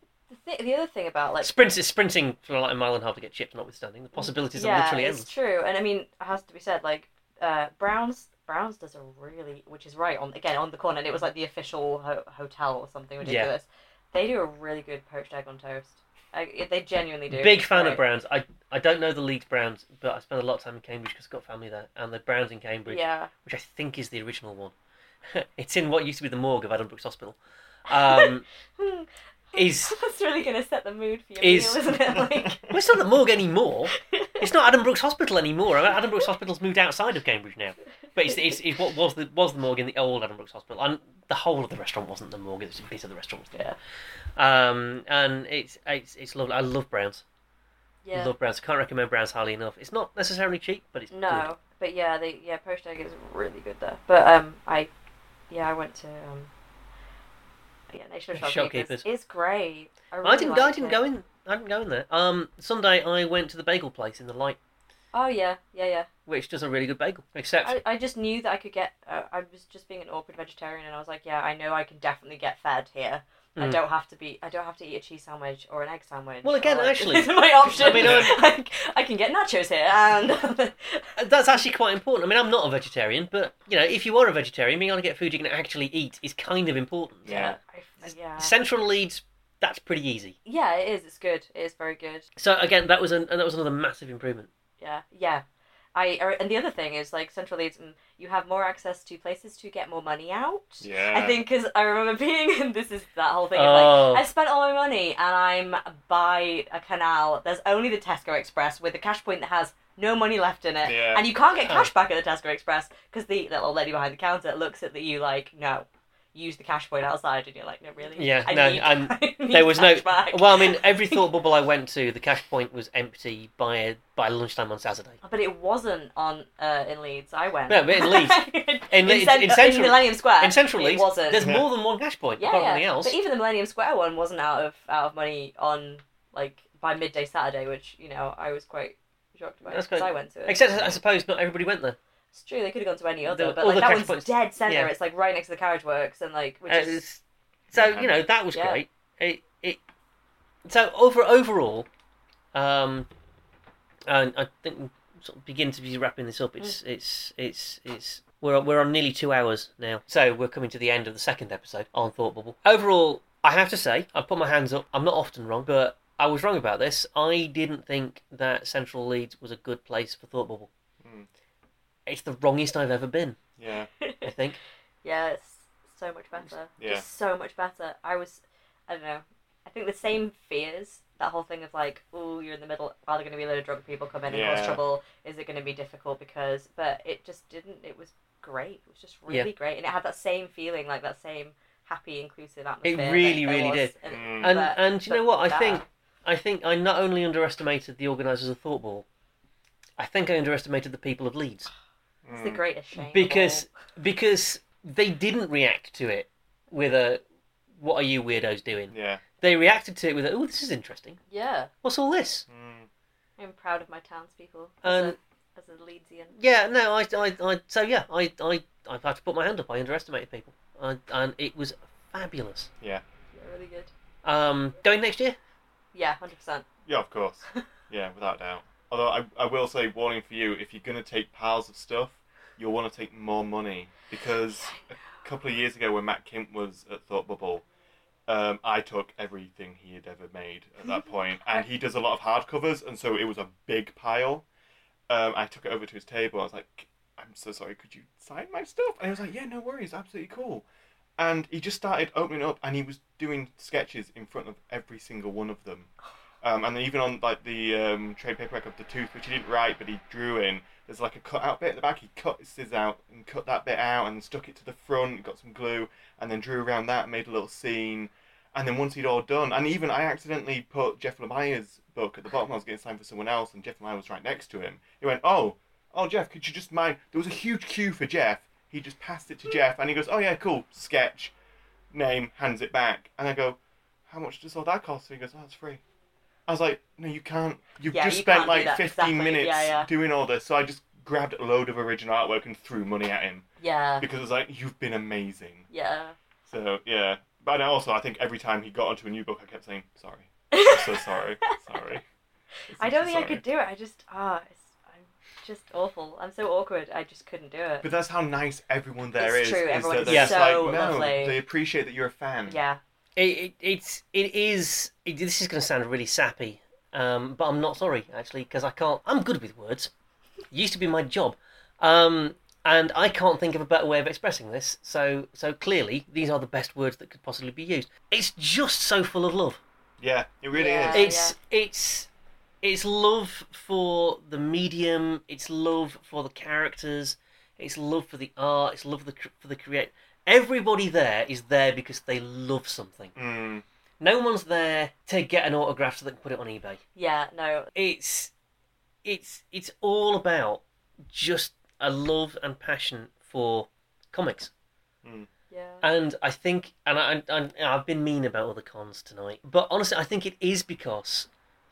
[SPEAKER 3] The, thi- the other thing about like
[SPEAKER 2] sprint is sprinting for like a mile and a half to get chipped, notwithstanding. The possibilities are
[SPEAKER 3] yeah,
[SPEAKER 2] literally
[SPEAKER 3] it's
[SPEAKER 2] endless.
[SPEAKER 3] true, and I mean, it has to be said. Like, uh, Browns Browns does a really, which is right on again on the corner, and it was like the official ho- hotel or something ridiculous. They do a really good poached egg on toast. I, they genuinely do.
[SPEAKER 2] Big
[SPEAKER 3] It's
[SPEAKER 2] fan of
[SPEAKER 3] great.
[SPEAKER 2] Browns. I I don't know the Leeds Browns, but I spent a lot of time in Cambridge because I've got family there, and the Browns in Cambridge.
[SPEAKER 3] Yeah,
[SPEAKER 2] which I think is the original one. it's in what used to be the morgue of Adam Brooks Hospital. Um,
[SPEAKER 3] Hmm.
[SPEAKER 2] is
[SPEAKER 3] that's really gonna set the mood for your
[SPEAKER 2] Is-
[SPEAKER 3] meal, isn't it? Like,
[SPEAKER 2] well, it's not the morgue anymore. It's not Adam Brooks Hospital anymore. I mean, Adam Brooks Hospital's moved outside of Cambridge now, but it's, it's, it's what was the was the morgue in the old Adam Brooks Hospital, and the whole of the restaurant wasn't the morgue. It was a piece of the restaurant. was there. Um, and it's it's it's lovely. I love Browns.
[SPEAKER 3] yeah.
[SPEAKER 2] Love Browns. Can't recommend Browns highly enough. It's not necessarily cheap, but it's
[SPEAKER 3] No, but yeah, they yeah poached egg is really good there. But um, I yeah I went to um, yeah Nation of
[SPEAKER 2] Shopkeepers.
[SPEAKER 3] Shopkeepers. It's great. I,
[SPEAKER 2] good.
[SPEAKER 3] really
[SPEAKER 2] I didn't I
[SPEAKER 3] liked
[SPEAKER 2] didn't
[SPEAKER 3] it.
[SPEAKER 2] go in. I didn't go in there. Um, Sunday I went to the bagel place in the light.
[SPEAKER 3] Oh yeah, yeah yeah.
[SPEAKER 2] which does a really good bagel. Except
[SPEAKER 3] I, I just knew that I could get. Uh, I was just being an awkward vegetarian, and I was like, yeah, I know I can definitely get fed here. I
[SPEAKER 2] Mm.
[SPEAKER 3] don't have to be. I don't have to eat a cheese sandwich or an egg sandwich.
[SPEAKER 2] Well, again,
[SPEAKER 3] or, like,
[SPEAKER 2] actually-
[SPEAKER 3] these are my options. I,
[SPEAKER 2] mean, um,
[SPEAKER 3] I, can get nachos here, and
[SPEAKER 2] uh, that's actually quite important. I mean, I'm not a vegetarian, but you know, if you are a vegetarian, being able to get food you can actually eat is kind of important.
[SPEAKER 4] Yeah.
[SPEAKER 3] I- yeah,
[SPEAKER 2] Central Leeds, that's pretty easy.
[SPEAKER 3] yeah, it is. It's good. It is very good.
[SPEAKER 2] So again, that was an, that was another massive improvement.
[SPEAKER 3] Yeah, yeah. I or- and the other thing is like central leads, mm, you have more access to places to get more money out.
[SPEAKER 4] Yeah.
[SPEAKER 3] I think because I remember being and this is that whole thing. of,
[SPEAKER 2] Oh.
[SPEAKER 3] Like I spent all my money and I'm by a canal. There's only the Tesco Express with a cash point that has no money left in it,
[SPEAKER 4] Yeah.
[SPEAKER 3] and you can't get
[SPEAKER 2] Oh.
[SPEAKER 3] cash back at the Tesco Express because the little old lady behind the counter looks at you like, no, use the cash point outside, and you're like, no, really?
[SPEAKER 2] Yeah,
[SPEAKER 3] I
[SPEAKER 2] no,
[SPEAKER 3] need-
[SPEAKER 2] and
[SPEAKER 3] I need
[SPEAKER 2] there was no-
[SPEAKER 3] cash back."
[SPEAKER 2] Well, I mean, every thought bubble I went to, the cash point was empty by by lunchtime on Saturday.
[SPEAKER 3] But it wasn't on uh, in Leeds. I went.
[SPEAKER 2] No, but in Leeds. In Le-
[SPEAKER 3] Cen-
[SPEAKER 2] in Central-
[SPEAKER 3] Millennium Square.
[SPEAKER 2] In Central
[SPEAKER 3] it
[SPEAKER 2] Leeds,
[SPEAKER 3] wasn't.
[SPEAKER 2] there's
[SPEAKER 4] Yeah.
[SPEAKER 2] more than one cash point.
[SPEAKER 3] yeah,
[SPEAKER 2] apart from
[SPEAKER 3] yeah.
[SPEAKER 2] anything else.
[SPEAKER 3] But even the Millennium Square one wasn't out of out of money on like by midday Saturday, which you know I was quite shocked about
[SPEAKER 2] That's
[SPEAKER 3] because
[SPEAKER 2] quite-
[SPEAKER 3] I went to it.
[SPEAKER 2] Except, I suppose, not everybody went there.
[SPEAKER 3] it's true they could have gone to any
[SPEAKER 2] The-
[SPEAKER 3] other, but
[SPEAKER 2] all
[SPEAKER 3] like
[SPEAKER 2] the
[SPEAKER 3] that
[SPEAKER 2] cash
[SPEAKER 3] one's
[SPEAKER 2] points-
[SPEAKER 3] dead center.
[SPEAKER 2] yeah.
[SPEAKER 3] It's like right next to the carriage works and like which
[SPEAKER 2] Uh,
[SPEAKER 3] is
[SPEAKER 2] it's- So
[SPEAKER 4] Yeah.
[SPEAKER 2] you know that was
[SPEAKER 3] Yeah.
[SPEAKER 2] great. It it so over overall, um, and I think we sort of begin to be wrapping this up.
[SPEAKER 3] Mm.
[SPEAKER 2] It's it's it's it's we're we're on nearly two hours now, so we're coming to the end of the second episode on Thought Bubble. Overall, I have to say I put my hands up. I'm not often wrong, but I was wrong about this. I didn't think that Central Leeds was a good place for Thought Bubble.
[SPEAKER 4] Mm.
[SPEAKER 2] It's the wrongest I've ever been.
[SPEAKER 4] Yeah.
[SPEAKER 2] I think.
[SPEAKER 3] Yeah, it's so much better.
[SPEAKER 4] Yeah.
[SPEAKER 3] Just so much better. I was, I don't know. I think the same fears. That whole thing of like, oh, you're in the middle. Are there going to be a load of drunk people come in and
[SPEAKER 4] Yeah.
[SPEAKER 3] cause trouble? Is it going to be difficult? Because, but it just didn't. It was great. It was just
[SPEAKER 2] Yeah.
[SPEAKER 3] really great, and it had that same feeling, like that same happy, inclusive atmosphere. that
[SPEAKER 2] really,
[SPEAKER 3] there
[SPEAKER 2] really
[SPEAKER 3] was.
[SPEAKER 2] did.
[SPEAKER 3] And,
[SPEAKER 4] Mm.
[SPEAKER 2] And
[SPEAKER 3] but-
[SPEAKER 2] and you
[SPEAKER 3] but
[SPEAKER 2] know what? I
[SPEAKER 3] better.
[SPEAKER 2] think I think I not only underestimated the organisers of Thought Ball, I think I underestimated the people of Leeds
[SPEAKER 3] it's the
[SPEAKER 4] Mm.
[SPEAKER 3] greatest shame. of
[SPEAKER 2] because
[SPEAKER 3] all.
[SPEAKER 2] because they didn't react to it with a "What are you weirdos doing?"
[SPEAKER 4] Yeah.
[SPEAKER 2] They reacted to it with a "Oh, this is interesting.
[SPEAKER 3] yeah,
[SPEAKER 2] What's all this?"
[SPEAKER 4] Mm.
[SPEAKER 3] I'm proud of my townspeople as,
[SPEAKER 2] And
[SPEAKER 3] a, as a Leedsian.
[SPEAKER 2] yeah, no, I, I, I so yeah, I, I, I had to put my hand up. I underestimated people, I, and it was fabulous.
[SPEAKER 3] Yeah, really good.
[SPEAKER 2] Um, going next year.
[SPEAKER 3] Yeah, hundred percent.
[SPEAKER 4] Yeah, of course. yeah, without doubt. Although I, I will say, warning for you, if you're going to take piles of stuff, you'll want to take more money. Because a couple of years ago, when Matt Kemp was at Thought Bubble, um, I took everything he had ever made at that point, And he does a lot of hardcovers, and so it was a big pile. Um, I took it over to his table. I was like, I'm so sorry, could you sign my stuff? And he was like, Yeah, no worries, absolutely cool. And he just started opening up, and he was doing sketches in front of every single one of them. Um, and even on like the um, trade paperwork of the tooth, which he didn't write, but he drew in. There's like a cut out bit at the back. He cut his scissors out and cut that bit out, and stuck it to the front. Got some glue, and then drew around that, made a little scene. And then once he'd all done, and even I accidentally put Jeff Lemire's book at the bottom. I was getting signed for someone else, and Jeff Lemire was right next to him. He went, "Oh, oh, Jeff, could you just mind?" There was a huge queue for Jeff. He just passed it to Jeff, and he goes, "Oh yeah, cool sketch, name," hands it back, and I go, "How much does all that cost?" And he goes, "Oh, it's free." I was like, no, you can't. You've
[SPEAKER 3] Yeah,
[SPEAKER 4] just
[SPEAKER 3] you
[SPEAKER 4] spent
[SPEAKER 3] can't do
[SPEAKER 4] like
[SPEAKER 3] that,
[SPEAKER 4] 15
[SPEAKER 3] exactly. Yeah,
[SPEAKER 4] minutes
[SPEAKER 3] yeah.
[SPEAKER 4] doing all this. So I just grabbed a load of original artwork and threw money at him
[SPEAKER 3] Yeah,
[SPEAKER 4] because it was like, you've been amazing.
[SPEAKER 3] yeah.
[SPEAKER 4] So, yeah. But then also, I think every time he got onto a new book, I kept saying, sorry. I'm so sorry. sorry.
[SPEAKER 3] I don't think I
[SPEAKER 4] Sorry.
[SPEAKER 3] could do it. I just ah, it's I'm just awful. I'm so awkward. I just couldn't do it.
[SPEAKER 4] But that's how nice everyone there
[SPEAKER 3] It's
[SPEAKER 4] is.
[SPEAKER 3] true,
[SPEAKER 4] is that
[SPEAKER 3] everyone is
[SPEAKER 4] they're just like,
[SPEAKER 3] so
[SPEAKER 4] no,
[SPEAKER 3] lovely.
[SPEAKER 4] They appreciate that you're a fan.
[SPEAKER 3] yeah,
[SPEAKER 2] It, it it's it is it, this is going to sound really sappy, um, but I'm not sorry actually because I can't. I'm good with words. It used to be my job, um, and I can't think of a better way of expressing this. So so clearly these are the best words that could possibly be used. It's just so full of love.
[SPEAKER 4] Yeah, it really
[SPEAKER 3] Yeah.
[SPEAKER 4] is.
[SPEAKER 2] It's it's it's love for the medium. It's love for the characters. It's love for the art. It's love for the cr- for the create. Everybody there is there because they love something.
[SPEAKER 4] Mm,
[SPEAKER 2] No one's there to get an autograph so they can put it on eBay.
[SPEAKER 3] yeah. No,
[SPEAKER 2] It's it's it's all about just a love and passion for comics.
[SPEAKER 3] yeah.
[SPEAKER 2] And I think and I, I I've been mean about all the cons tonight, but honestly I think it is because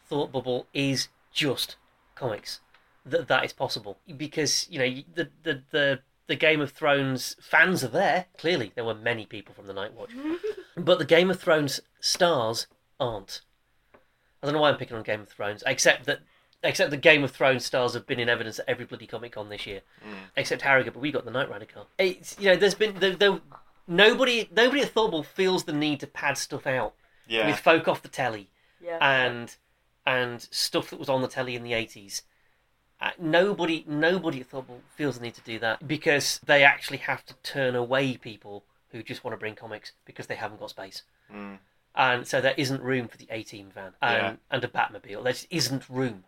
[SPEAKER 2] Thought Bubble is just comics that that is possible because you know you- the the the the Game of Thrones fans are there. Clearly, there were many people from the Night Watch, but the Game of Thrones stars aren't. I don't know why I'm picking on Game of Thrones, except that except the Game of Thrones stars have been in evidence at every bloody Comic Con this year,
[SPEAKER 4] mm.
[SPEAKER 2] except Harrogate. But we got the Night Rider car. It's you know there's been there, there, nobody nobody at Thornbull feels the need to pad stuff out
[SPEAKER 4] yeah.
[SPEAKER 2] with folk off the telly
[SPEAKER 3] Yeah.
[SPEAKER 2] and and stuff that was on the telly in the eighties. Uh, nobody, nobody at Thought Bubble feels the need to do that because they actually have to turn away people who just want to bring comics because they haven't got space,
[SPEAKER 4] Mm.
[SPEAKER 2] and so there isn't room for the A Team van and,
[SPEAKER 4] Yeah.
[SPEAKER 2] and a Batmobile. There just isn't room.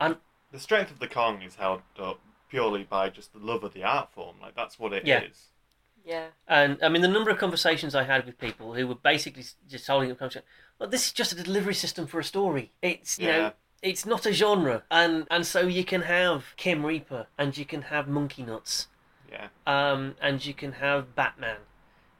[SPEAKER 4] The strength of the Kong is held up purely by just the love of the art form. Like, that's what it is.
[SPEAKER 2] Yeah.
[SPEAKER 3] yeah.
[SPEAKER 2] And I mean, the number of conversations I had with people who were basically s- just holding up conversation. Well, this is just a delivery system for a story. It's you
[SPEAKER 4] Yeah.
[SPEAKER 2] know, it's not a genre, and and so you can have Kim Reaper and you can have Monkey Nuts,
[SPEAKER 4] Yeah.
[SPEAKER 2] um, and you can have Batman,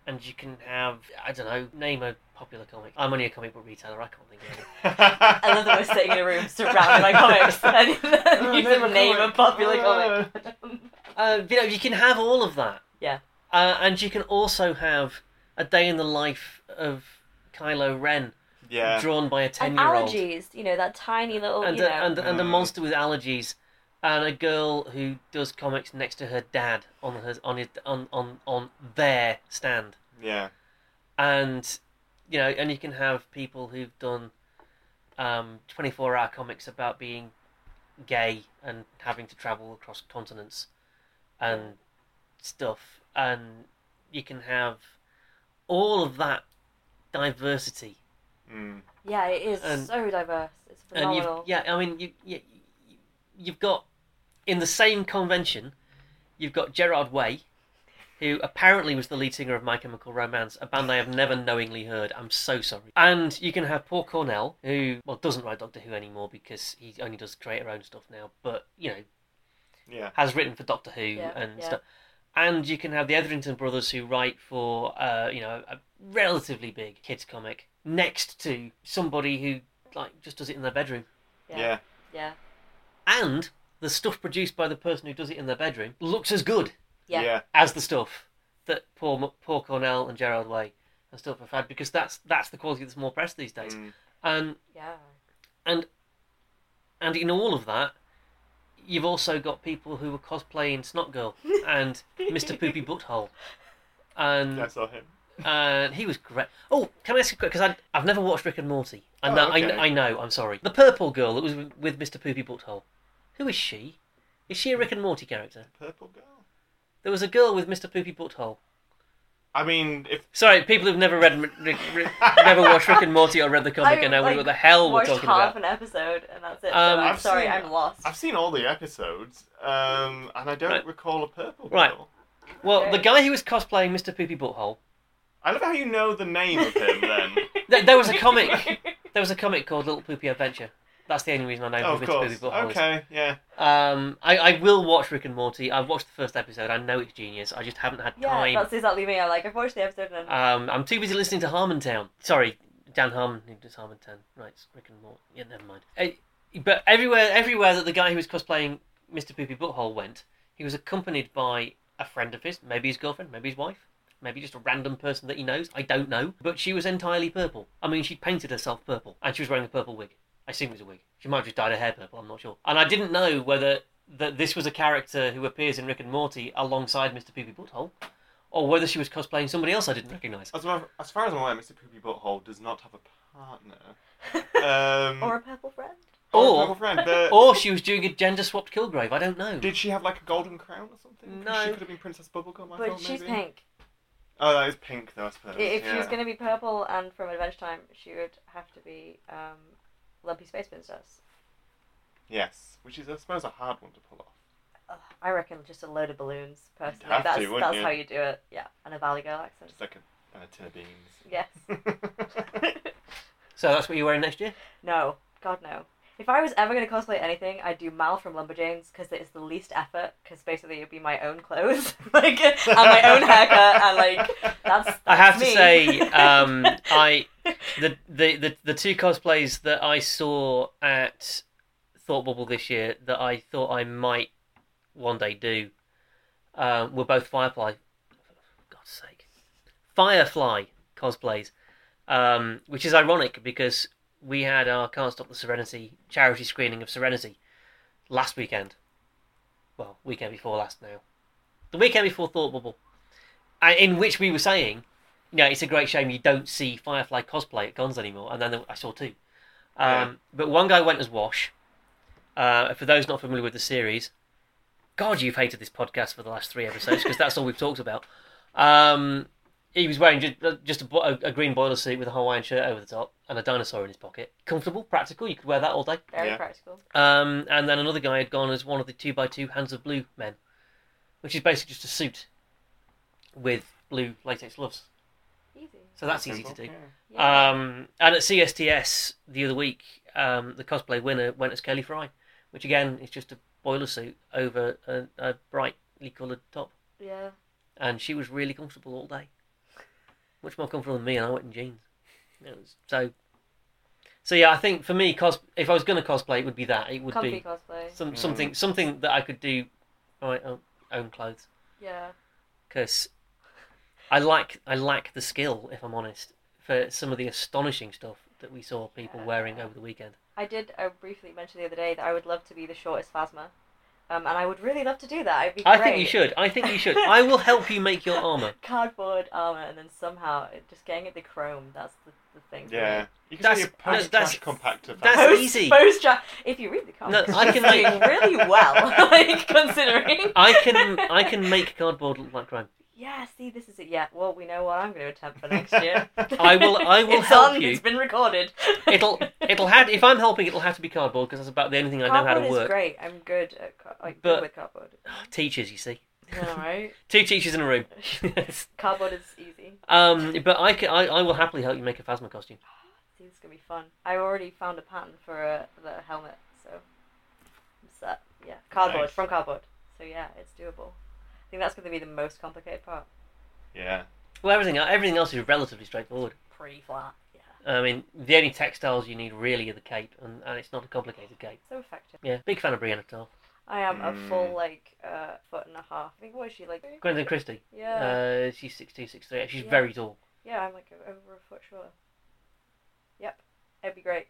[SPEAKER 2] and you can have I don't know, name a popular comic. I'm only a comic book retailer. I can't think of any.
[SPEAKER 3] I love that we're sitting in a room surrounded by comics and
[SPEAKER 4] Oh,
[SPEAKER 3] you
[SPEAKER 4] name
[SPEAKER 3] can
[SPEAKER 4] a
[SPEAKER 3] name
[SPEAKER 4] comic.
[SPEAKER 3] a popular
[SPEAKER 4] Ah.
[SPEAKER 2] Oh.
[SPEAKER 3] comic.
[SPEAKER 2] Uh, you know, you can have all of that.
[SPEAKER 3] Yeah.
[SPEAKER 2] Uh, and you can also have a day in the life of Kylo Ren,
[SPEAKER 4] Yeah.
[SPEAKER 2] drawn by a ten
[SPEAKER 3] and
[SPEAKER 2] year old,
[SPEAKER 3] allergies, you know, that tiny little,
[SPEAKER 2] and
[SPEAKER 3] Oh, you know.
[SPEAKER 2] a, and, and a
[SPEAKER 4] Mm.
[SPEAKER 2] monster with allergies, and a girl who does comics next to her dad on her on his on on, on their stand.
[SPEAKER 4] yeah.
[SPEAKER 2] and you know, and you can have people who've done um, twenty-four hour comics about being gay and having to travel across continents and stuff, and you can have all of that diversity.
[SPEAKER 4] Mm.
[SPEAKER 3] yeah, it is
[SPEAKER 2] and-
[SPEAKER 3] so diverse. It's
[SPEAKER 2] And you've,
[SPEAKER 3] phenomenal.
[SPEAKER 2] yeah, I mean, you, you you- you've got in the same convention, you've got Gerard Way. Who apparently was the lead singer of My Chemical Romance, a band I have never knowingly heard. I'm so sorry. And you can have Paul Cornell, who well doesn't write Doctor Who anymore because he only does create her own stuff now, but you know
[SPEAKER 4] Yeah.
[SPEAKER 2] has written for Doctor Who
[SPEAKER 3] Yeah,
[SPEAKER 2] and
[SPEAKER 3] yeah.
[SPEAKER 2] stuff. And you can have the Etherington brothers who write for uh, you know a relatively big kids comic next to somebody who like just does it in their bedroom
[SPEAKER 4] Yeah.
[SPEAKER 3] yeah. yeah.
[SPEAKER 2] and the stuff produced by the person who does it in their bedroom looks as good
[SPEAKER 3] Yeah.
[SPEAKER 4] Yeah.
[SPEAKER 2] as the stuff that Paul, M- Paul Cornell and Gerald Way and stuff have had because that's that's the quality that's more press these days.
[SPEAKER 4] Mm.
[SPEAKER 2] And
[SPEAKER 3] Yeah.
[SPEAKER 2] and in all of that, you've also got people who were cosplaying Snot Girl and Mr Poopy Butthole, and
[SPEAKER 4] I saw him.
[SPEAKER 2] and he was great. Oh, can I ask you quick? Because I've never watched Rick and Morty. I
[SPEAKER 4] Oh,
[SPEAKER 2] know, I,
[SPEAKER 4] okay.
[SPEAKER 2] kn- I know. I'm sorry. The purple girl that was with- with Mr Poopy Butthole. Who is she? Is she a Rick and Morty character?
[SPEAKER 4] Purple girl.
[SPEAKER 2] There was a girl with Mr. Poopy Butthole.
[SPEAKER 4] I mean, if
[SPEAKER 2] Sorry, people who've never read, Rick, Rick- never watched Rick and Morty or read the comic
[SPEAKER 3] I,
[SPEAKER 2] and know
[SPEAKER 3] like,
[SPEAKER 2] what the hell we're
[SPEAKER 3] watched
[SPEAKER 2] talking
[SPEAKER 3] half
[SPEAKER 2] about.
[SPEAKER 3] an episode and that's it. so
[SPEAKER 2] Um,
[SPEAKER 3] I'm
[SPEAKER 4] I've
[SPEAKER 3] sorry,
[SPEAKER 4] seen-
[SPEAKER 3] I'm lost.
[SPEAKER 4] I've seen all the episodes, um, and I don't
[SPEAKER 2] Right.
[SPEAKER 4] recall a purple girl.
[SPEAKER 2] Right. Well,
[SPEAKER 3] Okay.
[SPEAKER 2] the guy who was cosplaying Mr. Poopy Butthole,
[SPEAKER 4] I love how you know the name of him. Then.
[SPEAKER 2] There- there was a comic. there was a comic called Little Poopy Adventure. That's the only reason I know
[SPEAKER 4] oh,
[SPEAKER 2] who
[SPEAKER 4] of
[SPEAKER 2] Mr.
[SPEAKER 4] course.
[SPEAKER 2] Poopy Butthole is.
[SPEAKER 4] Okay. Yeah.
[SPEAKER 2] Um, I, I will watch Rick and Morty. I've watched the first episode. I know it's genius. I just haven't had
[SPEAKER 3] yeah,
[SPEAKER 2] time.
[SPEAKER 3] that's exactly me. I like I've watched the episode and
[SPEAKER 2] Um, I'm too busy listening to Harmontown. Sorry, Dan Harmon, who does Harmontown. Right, it's Rick and Morty. Yeah, never mind. Uh, but everywhere, everywhere that the guy who was cosplaying Mr. Poopy Butthole went, he was accompanied by a friend of his, maybe his girlfriend, maybe his wife, maybe just a random person that he knows. I don't know. But she was entirely purple. I mean, she painted herself purple, and she was wearing a purple wig. I assume it was a wig. She might have just dyed her hair purple. I'm not sure. And I didn't know whether that this was a character who appears in Rick and Morty alongside Mr. Poopy Butthole, or whether she was cosplaying somebody else I didn't recognise.
[SPEAKER 4] As far as, far as I'm aware, Mr. Poopy Butthole does not have a partner. Um,
[SPEAKER 3] or a purple friend.
[SPEAKER 4] or
[SPEAKER 2] Or-
[SPEAKER 4] a purple friend. The-
[SPEAKER 2] Or she was doing a gender swapped Kilgrave. I don't know.
[SPEAKER 4] Did she have like a golden crown or something? 'Cause She
[SPEAKER 2] No.
[SPEAKER 4] could have been Princess Bubblegum. I
[SPEAKER 3] but
[SPEAKER 4] thought,
[SPEAKER 3] she's
[SPEAKER 4] maybe.
[SPEAKER 3] pink.
[SPEAKER 4] Oh, that is pink though. I suppose.
[SPEAKER 3] I- If she was
[SPEAKER 4] yeah.
[SPEAKER 3] going to be purple and from Adventure Time, she would have to be um, Lumpy Space Princess.
[SPEAKER 4] Yes, which is I suppose a hard one to pull off.
[SPEAKER 3] Ugh, I reckon just a load of balloons. Personally,
[SPEAKER 4] have to,
[SPEAKER 3] that's
[SPEAKER 4] wouldn't
[SPEAKER 3] that's
[SPEAKER 4] you?
[SPEAKER 3] how you do it. Yeah, and a Valley Girl accent.
[SPEAKER 4] It's like a, a tin of beans.
[SPEAKER 3] Yes.
[SPEAKER 2] So that's what you're wearing next year?
[SPEAKER 3] No, God no. If I was ever going to cosplay anything, I'd do Mal from Lumberjanes because it's the least effort. Because basically, it'd be my own clothes, like and my own haircut, and like that's. that's
[SPEAKER 2] I have
[SPEAKER 3] me.
[SPEAKER 2] to say, um, I the, the the the two cosplays that I saw at Thought Bubble this year that I thought I might one day do um, were both Firefly. For God's sake, Firefly cosplays, um, which is ironic because we had our Can't Stop the Serenity charity screening of Serenity last weekend. Well, weekend before last now, the weekend before Thought Bubble uh, in which we were saying, you know, it's a great shame you don't see Firefly cosplay at cons anymore. And then there- I saw two. Um,
[SPEAKER 4] Yeah.
[SPEAKER 2] But one guy went as Wash. Uh, for those not familiar with the series, God, you've hated this podcast for the last three episodes because that's all we've talked about. Um, he was wearing just, just a, bo- a, a green boiler suit with a Hawaiian shirt over the top and a dinosaur in his pocket. Comfortable, practical. You could wear that all day.
[SPEAKER 3] Very
[SPEAKER 4] Yeah.
[SPEAKER 3] practical.
[SPEAKER 2] Um, and then another guy had gone as one of the two by two hands of blue men, which is basically just a suit with blue latex gloves.
[SPEAKER 3] Easy.
[SPEAKER 2] So that's easy to do.
[SPEAKER 4] Simple,
[SPEAKER 3] Yeah.
[SPEAKER 2] Um, and at CSTS the other week, um, the cosplay winner went as Curly Fry, which again is just a boiler suit over a, a brightly coloured top,
[SPEAKER 3] yeah.
[SPEAKER 2] and she was really comfortable all day, much more comfortable than me, and I went in jeans. It was, so, so yeah, I think for me, cos- if I was going to cosplay, it would be that. It would
[SPEAKER 3] Comfy
[SPEAKER 2] be
[SPEAKER 3] cosplay.
[SPEAKER 2] some
[SPEAKER 4] Mm.
[SPEAKER 2] something something that I could do on my own, own clothes
[SPEAKER 3] Yeah.
[SPEAKER 2] because I lack I lack the skill, if I'm honest, for some of the astonishing stuff that we saw people wearing over the weekend.
[SPEAKER 3] I did uh, briefly mention the other day that I would love to be the shortest Phasma, um, and I would really love to do that. It'd be
[SPEAKER 2] I
[SPEAKER 3] great.
[SPEAKER 2] think you should. I think you should. I will help you make your armor.
[SPEAKER 3] Cardboard armor, and then somehow it- just getting at the chrome. That's the, the thing. for me.
[SPEAKER 4] Yeah. You can
[SPEAKER 2] That's-
[SPEAKER 4] be a post
[SPEAKER 2] that's-
[SPEAKER 4] trash compactor.
[SPEAKER 2] that's-
[SPEAKER 4] fan.
[SPEAKER 3] Post-
[SPEAKER 2] easy.
[SPEAKER 3] post dra- if you read the
[SPEAKER 2] No,
[SPEAKER 3] comics,
[SPEAKER 2] I
[SPEAKER 3] I
[SPEAKER 2] can
[SPEAKER 3] can
[SPEAKER 2] make-
[SPEAKER 3] really well, like, considering.
[SPEAKER 2] I can I can make cardboard look like grime.
[SPEAKER 3] Yeah, see, this is it. Yeah, well, we know what I'm going to attempt for next year.
[SPEAKER 2] I will- I will
[SPEAKER 3] it's
[SPEAKER 2] help
[SPEAKER 3] on,
[SPEAKER 2] you.
[SPEAKER 3] It's been recorded.
[SPEAKER 2] It'll it'll have if I'm helping it'll have to be cardboard because that's about the only thing I know how
[SPEAKER 3] Cardboard
[SPEAKER 2] to
[SPEAKER 3] is
[SPEAKER 2] work.
[SPEAKER 3] great. I'm good at car- like,
[SPEAKER 2] But-
[SPEAKER 3] good with cardboard.
[SPEAKER 2] Teachers, you see,
[SPEAKER 3] All right,
[SPEAKER 2] two teachers in a room. Yes.
[SPEAKER 3] cardboard is easy.
[SPEAKER 2] Um, but I, can, I I will happily help you make a phasma costume.
[SPEAKER 3] See, this is gonna be fun. I already found a pattern for uh, the helmet, so I'm set. Yeah, cardboard
[SPEAKER 4] Nice.
[SPEAKER 3] from cardboard. So yeah, it's doable. I think that's gonna be the most complicated part.
[SPEAKER 4] yeah.
[SPEAKER 2] Well, everything everything else is relatively straightforward.
[SPEAKER 3] Pretty flat. Yeah,
[SPEAKER 2] I mean, the only textiles you need really are the cape, and, and it's not a complicated cape.
[SPEAKER 3] so effective.
[SPEAKER 2] Yeah, big fan of Brianna Tarr.
[SPEAKER 3] I am a full
[SPEAKER 4] Mm.
[SPEAKER 3] like uh, foot and a half. I think what is she like?
[SPEAKER 2] Gwendolyn Christie.
[SPEAKER 3] Yeah,
[SPEAKER 2] Uh, she's 6'2", 6'3". She's
[SPEAKER 3] Yeah.
[SPEAKER 2] very tall.
[SPEAKER 3] yeah, I'm like over a foot shorter. Yep, it'd be great.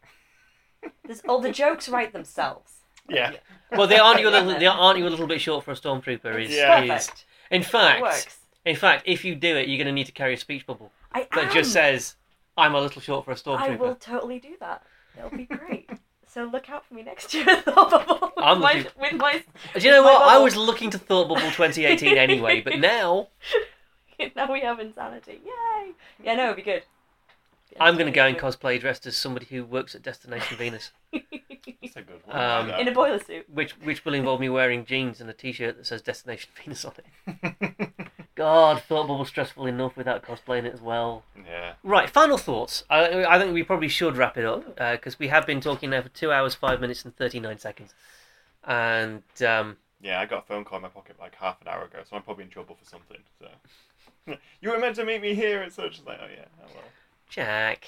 [SPEAKER 3] There's, all the jokes write themselves.
[SPEAKER 4] Yeah.
[SPEAKER 2] Well, they aren't you a little. They aren't you a little bit short for a stormtrooper? Is,
[SPEAKER 3] It's
[SPEAKER 4] Yeah.
[SPEAKER 2] is
[SPEAKER 3] perfect.
[SPEAKER 2] in
[SPEAKER 3] It
[SPEAKER 2] fact,
[SPEAKER 3] works.
[SPEAKER 2] in fact, if you do it, you're going to need to carry a speech bubble
[SPEAKER 3] I
[SPEAKER 2] that
[SPEAKER 3] am.
[SPEAKER 2] just says, "I'm a little short for a stormtrooper."
[SPEAKER 3] Ah. I will totally do that. It'll be great. so look out for me next year with Thought Bubble.
[SPEAKER 2] I'm
[SPEAKER 3] with my,
[SPEAKER 2] looking-
[SPEAKER 3] with my
[SPEAKER 2] Do you know
[SPEAKER 3] My
[SPEAKER 2] what? I
[SPEAKER 3] bubble.
[SPEAKER 2] was looking to Thought Bubble 2018 anyway, but now
[SPEAKER 3] now we have insanity. Yay! Yeah, no, it'd be good.
[SPEAKER 2] I'm going to go in cosplay dressed as somebody who works at Destination Venus,
[SPEAKER 3] in
[SPEAKER 4] That's a good one.
[SPEAKER 2] Um,
[SPEAKER 4] Yeah.
[SPEAKER 3] a boiler suit.
[SPEAKER 2] which which will involve me wearing jeans and a T-shirt that says Destination Venus on it. God, Thought Bubble stressful enough without cosplaying it as well.
[SPEAKER 4] yeah.
[SPEAKER 2] Right, final thoughts. I, I think we probably should wrap it up because we have been talking now for two hours, five minutes, and thirty-nine seconds. And um,
[SPEAKER 4] Yeah, I got a phone call in my pocket like half an hour ago, so I'm probably in trouble for something. So, you were meant to meet me here, and such. It's like, oh yeah, oh well.
[SPEAKER 2] Jack,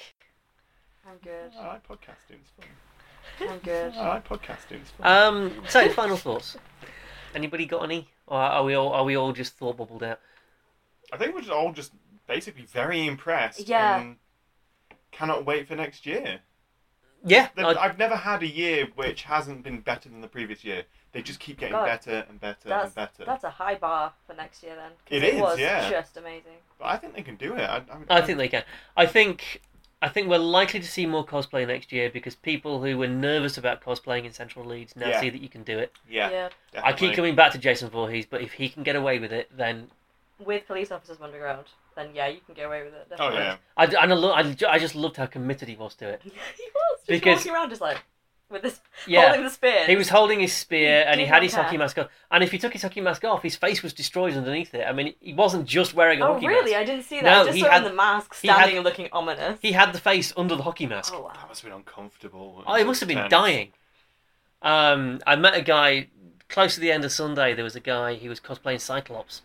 [SPEAKER 3] I'm good.
[SPEAKER 4] I like podcasting. It's fun.
[SPEAKER 3] I'm good.
[SPEAKER 4] I like podcasting. It's fun.
[SPEAKER 2] um, so final thoughts. Anybody got any? Or are we all are we all just thought bubbled out?
[SPEAKER 4] I think we're just all just basically very impressed.
[SPEAKER 3] Yeah.
[SPEAKER 4] And cannot wait for next year.
[SPEAKER 2] Yeah,
[SPEAKER 4] The-
[SPEAKER 2] I'd-
[SPEAKER 4] I've never had a year which hasn't been better than the previous year. They just keep getting
[SPEAKER 3] God.
[SPEAKER 4] better and better
[SPEAKER 3] That's
[SPEAKER 4] and better.
[SPEAKER 3] that's a high bar for next year then. 'cause
[SPEAKER 4] It is,
[SPEAKER 3] was
[SPEAKER 4] yeah.
[SPEAKER 3] just amazing.
[SPEAKER 4] But I think they can do it. I, I, would-
[SPEAKER 2] I think they can. I think I think we're likely to see more cosplay next year because people who were nervous about cosplaying in Central Leeds now
[SPEAKER 4] Yeah.
[SPEAKER 2] see that you can do it.
[SPEAKER 4] Yeah.
[SPEAKER 2] I keep
[SPEAKER 4] definitely.
[SPEAKER 2] coming back to Jason Voorhees, but if he can get away with it, then
[SPEAKER 3] With police officers wandering around, then yeah, you can get away with it.
[SPEAKER 4] Oh
[SPEAKER 3] Definitely.
[SPEAKER 4] yeah.
[SPEAKER 2] I, and I, lo- I, ju- I just loved how committed he was to it.
[SPEAKER 3] he was just
[SPEAKER 2] Because-
[SPEAKER 3] walking around just like with this
[SPEAKER 2] Yeah,
[SPEAKER 3] holding the spear.
[SPEAKER 2] he was holding his spear
[SPEAKER 3] He
[SPEAKER 2] and he
[SPEAKER 3] did
[SPEAKER 2] had
[SPEAKER 3] not
[SPEAKER 2] his hockey
[SPEAKER 3] care.
[SPEAKER 2] mask on. And if he took his hockey mask off, his face was destroyed underneath it. I mean, he wasn't just wearing a
[SPEAKER 3] Oh
[SPEAKER 2] hockey
[SPEAKER 3] really?
[SPEAKER 2] mask.
[SPEAKER 3] I didn't see that.
[SPEAKER 2] No,
[SPEAKER 3] I just
[SPEAKER 2] he
[SPEAKER 3] saw
[SPEAKER 2] had-
[SPEAKER 3] him in the mask
[SPEAKER 2] he had-
[SPEAKER 3] standing and looking ominous.
[SPEAKER 2] He had the face under the hockey mask.
[SPEAKER 3] Oh wow.
[SPEAKER 4] That must have been uncomfortable.
[SPEAKER 2] I Oh, must have been
[SPEAKER 4] Tense.
[SPEAKER 2] dying. Um, I met a guy close to the end of Sunday. There was a guy who was cosplaying Cyclops,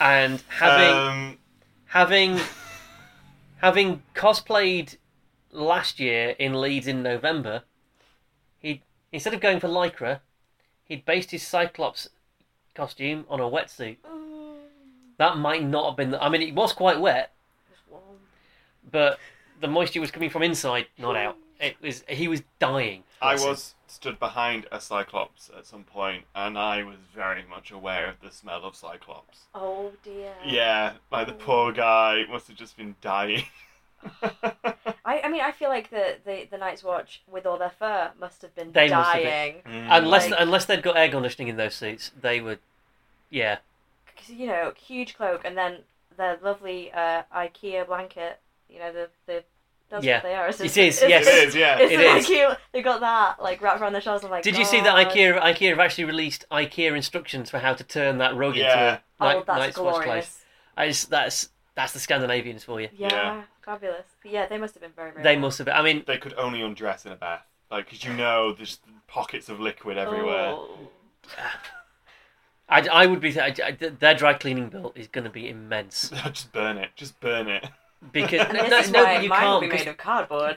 [SPEAKER 2] and having
[SPEAKER 4] Um,
[SPEAKER 2] having having cosplayed last year in Leeds in November, he instead of going for lycra, he'd based his Cyclops costume on a wetsuit. That might not have been. The, I mean, it was quite wet, but the moisture was coming from inside, not out. It was. He was dying.
[SPEAKER 4] I
[SPEAKER 2] Bless him.
[SPEAKER 4] was stood behind a cyclops at some point, and I was very much aware of the smell of cyclops.
[SPEAKER 3] Oh dear.
[SPEAKER 4] Yeah, like the poor guy must have just been dying.
[SPEAKER 3] I, I mean, I feel like the, the, the Night's Watch, with all their fur, must have been
[SPEAKER 2] They must have
[SPEAKER 3] dying.
[SPEAKER 2] Unless
[SPEAKER 3] Like-
[SPEAKER 2] unless they'd got air conditioning in those suits, they would.
[SPEAKER 3] Oh
[SPEAKER 2] Yeah,
[SPEAKER 3] Because, you know, huge cloak and then their lovely uh, IKEA blanket. You know, the. the that's
[SPEAKER 2] Yeah.
[SPEAKER 3] what they are. It's,
[SPEAKER 2] It is, yes.
[SPEAKER 4] it is, yeah.
[SPEAKER 3] It's
[SPEAKER 2] It
[SPEAKER 3] an
[SPEAKER 2] is.
[SPEAKER 3] IKEA. They got that, like, wrapped around their shoulders. I'm like,
[SPEAKER 2] Did you see that
[SPEAKER 3] "God."
[SPEAKER 2] IKEA IKEA have actually released IKEA instructions for how to turn that rug
[SPEAKER 4] Yeah.
[SPEAKER 2] into a
[SPEAKER 3] Oh,
[SPEAKER 2] night,
[SPEAKER 3] that's
[SPEAKER 2] night's watch place?
[SPEAKER 3] glorious.
[SPEAKER 2] I just, that's that's the Scandinavians for you.
[SPEAKER 3] Yeah,
[SPEAKER 4] Yeah.
[SPEAKER 3] fabulous. But yeah, they must have been very, very
[SPEAKER 2] They
[SPEAKER 3] well.
[SPEAKER 2] must have. I mean,
[SPEAKER 4] They could only undress in a bath, like 'cause you know there's pockets of liquid everywhere.
[SPEAKER 3] Oh.
[SPEAKER 2] I, I would be I, I- their dry cleaning bill is going to be immense
[SPEAKER 4] just burn it. Just burn it.
[SPEAKER 2] because
[SPEAKER 3] And
[SPEAKER 2] no,
[SPEAKER 3] this
[SPEAKER 2] no,
[SPEAKER 3] is
[SPEAKER 2] no,
[SPEAKER 3] why
[SPEAKER 2] but you
[SPEAKER 3] mine
[SPEAKER 2] can't.
[SPEAKER 3] will be
[SPEAKER 2] 'cause
[SPEAKER 3] made of cardboard.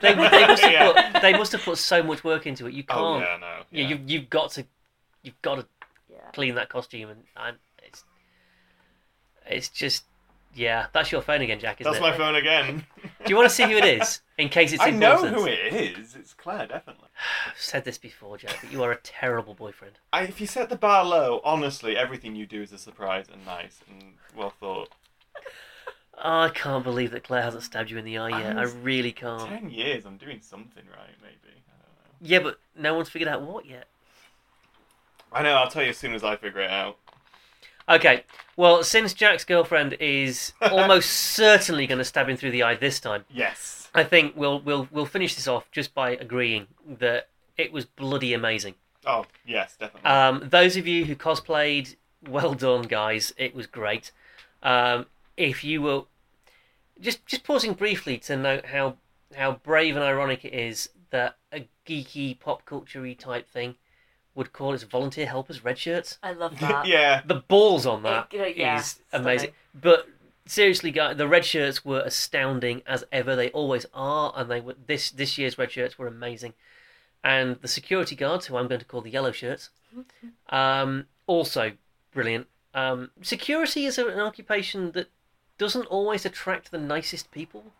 [SPEAKER 2] They, would- they must have
[SPEAKER 4] Yeah.
[SPEAKER 2] put, they must have put so much work into it. You can't.
[SPEAKER 4] Oh
[SPEAKER 2] yeah,
[SPEAKER 4] yeah, no. Yeah.
[SPEAKER 2] you've you've got to you've got to
[SPEAKER 3] yeah.
[SPEAKER 2] clean that costume and, and it's it's just yeah, that's your phone again, Jack. Isn't
[SPEAKER 4] That's
[SPEAKER 2] it?
[SPEAKER 4] my phone again.
[SPEAKER 2] Do you want to see who it is in case it's
[SPEAKER 4] I know
[SPEAKER 2] important?
[SPEAKER 4] who it is. It's Claire, definitely.
[SPEAKER 2] I've said this before, Jack, but you are a terrible boyfriend.
[SPEAKER 4] I, if you set the bar low, honestly, everything you do is a surprise and nice and well thought.
[SPEAKER 2] I can't believe that Claire hasn't stabbed you in the eye yet. I
[SPEAKER 4] I'm-
[SPEAKER 2] really can't.
[SPEAKER 4] Ten years, I'm doing something right, maybe. I don't know.
[SPEAKER 2] Yeah, but no one's figured out what yet.
[SPEAKER 4] I know. I'll tell you as soon as I figure it out.
[SPEAKER 2] Okay, well, since Jack's girlfriend is almost certainly going to stab him through the eye this time,
[SPEAKER 4] Yes.
[SPEAKER 2] I think we'll we'll we'll finish this off just by agreeing that it was bloody amazing.
[SPEAKER 4] Oh, yes, definitely.
[SPEAKER 2] Um, those of you who cosplayed, well done, guys. It was great. Um, if you were just just pausing briefly to note how how brave and ironic it is that a geeky pop culture type thing would call its volunteer helpers red shirts.
[SPEAKER 3] I love
[SPEAKER 2] Uh,
[SPEAKER 3] that.
[SPEAKER 4] yeah.
[SPEAKER 2] The balls on that
[SPEAKER 3] It- you know,
[SPEAKER 2] is
[SPEAKER 3] yeah, stunning.
[SPEAKER 2] amazing. But seriously, guys, the red shirts were astounding as ever. They always are, and they were this this year's red shirts were amazing. And the security guards, who I'm going to call the yellow shirts, um, also brilliant. Um, security is a- an occupation that doesn't always attract the nicest people.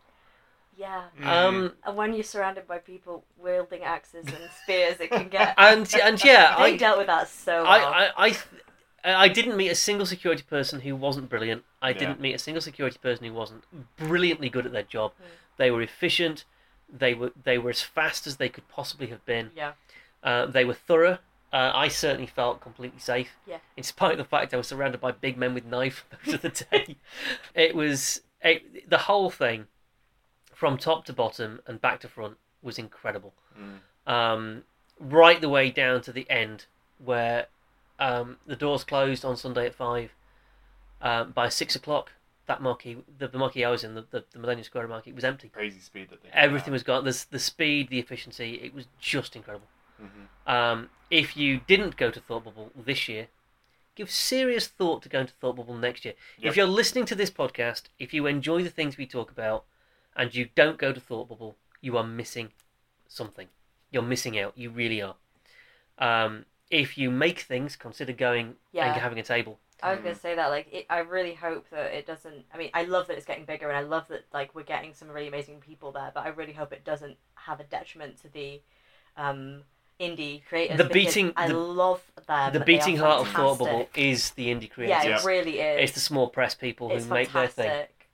[SPEAKER 3] Yeah.
[SPEAKER 4] Mm.
[SPEAKER 2] Um,
[SPEAKER 3] And when you're surrounded by people wielding axes and spears, it can get.
[SPEAKER 2] and and yeah,
[SPEAKER 3] they
[SPEAKER 2] I,
[SPEAKER 3] dealt with that so well.
[SPEAKER 2] I, I, I, th- I didn't meet a single security person who wasn't brilliant. I
[SPEAKER 4] Yeah.
[SPEAKER 2] didn't meet a single security person who wasn't brilliantly good at their job.
[SPEAKER 3] Hmm.
[SPEAKER 2] They were efficient. They were they were as fast as they could possibly have been.
[SPEAKER 3] yeah.
[SPEAKER 2] Uh, they were thorough. Uh, I certainly felt completely safe.
[SPEAKER 3] Yeah.
[SPEAKER 2] In spite of the fact I was surrounded by big men with knives most of the day, it was it, the whole thing, from top to bottom and back to front, was incredible. Um, right the way down to the end, where um, the doors closed on Sunday at five. Um, by six o'clock, that marquee, the, the marquee I was in, the, the, the Millennium Square marquee, was empty.
[SPEAKER 4] Crazy speed that they. did
[SPEAKER 2] Everything
[SPEAKER 4] that.
[SPEAKER 2] was gone. The, the speed, the efficiency, it was just incredible.
[SPEAKER 4] Mhm.
[SPEAKER 2] Um, if you didn't go to Thought Bubble this year, give serious thought to going to Thought Bubble next year.
[SPEAKER 4] Yep.
[SPEAKER 2] If you're listening to this podcast, if you enjoy the things we talk about and you don't go to Thought Bubble, you are missing something. You're missing out. You really are. Um, if you make things, consider going
[SPEAKER 3] Yeah.
[SPEAKER 2] and having a table.
[SPEAKER 3] I was
[SPEAKER 4] Mm.
[SPEAKER 3] gonna say that, like, it, I really hope that it doesn't. I mean, I love that it's getting bigger, and I love that like we're getting some really amazing people there. But I really hope it doesn't have a detriment to the um, indie creators.
[SPEAKER 2] The
[SPEAKER 3] because
[SPEAKER 2] beating-
[SPEAKER 3] I
[SPEAKER 2] the-
[SPEAKER 3] love them.
[SPEAKER 2] the
[SPEAKER 3] Um, They are
[SPEAKER 2] beating heart of Thought
[SPEAKER 3] fantastic.
[SPEAKER 2] Bubble is the indie creators.
[SPEAKER 3] Yeah, it
[SPEAKER 4] Yeah.
[SPEAKER 3] really is.
[SPEAKER 2] It's the small press people who
[SPEAKER 3] it's
[SPEAKER 2] make their
[SPEAKER 3] fantastic.
[SPEAKER 2] thing.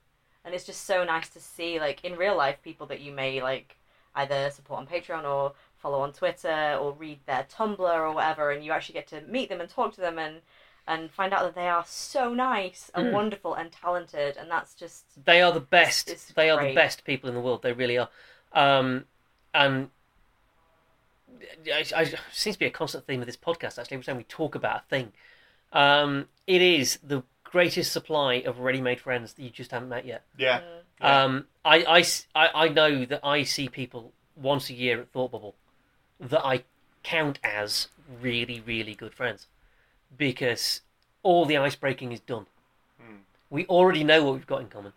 [SPEAKER 3] And it's just so nice to see, like, in real life, people that you may, like, either support on Patreon or follow on Twitter or read their Tumblr or whatever, and you actually get to meet them and talk to them and, and find out that they are so nice
[SPEAKER 2] Hmm.
[SPEAKER 3] and wonderful and talented. And that's just,
[SPEAKER 2] They are the best.
[SPEAKER 3] it's
[SPEAKER 2] they are the
[SPEAKER 3] great.
[SPEAKER 2] best people in the world. They really are. Um, and I, I, it seems to be a constant theme of this podcast. Actually, every time we talk about a thing, um, it is the greatest supply of ready-made friends that you just haven't met yet.
[SPEAKER 4] Yeah.
[SPEAKER 3] mm,
[SPEAKER 4] Yeah.
[SPEAKER 2] Um, I, I s- I- I know that I see people once a year at Thought Bubble that I count as really, really good friends because all the ice breaking is done.
[SPEAKER 4] Hmm.
[SPEAKER 2] We already know what we've got in common.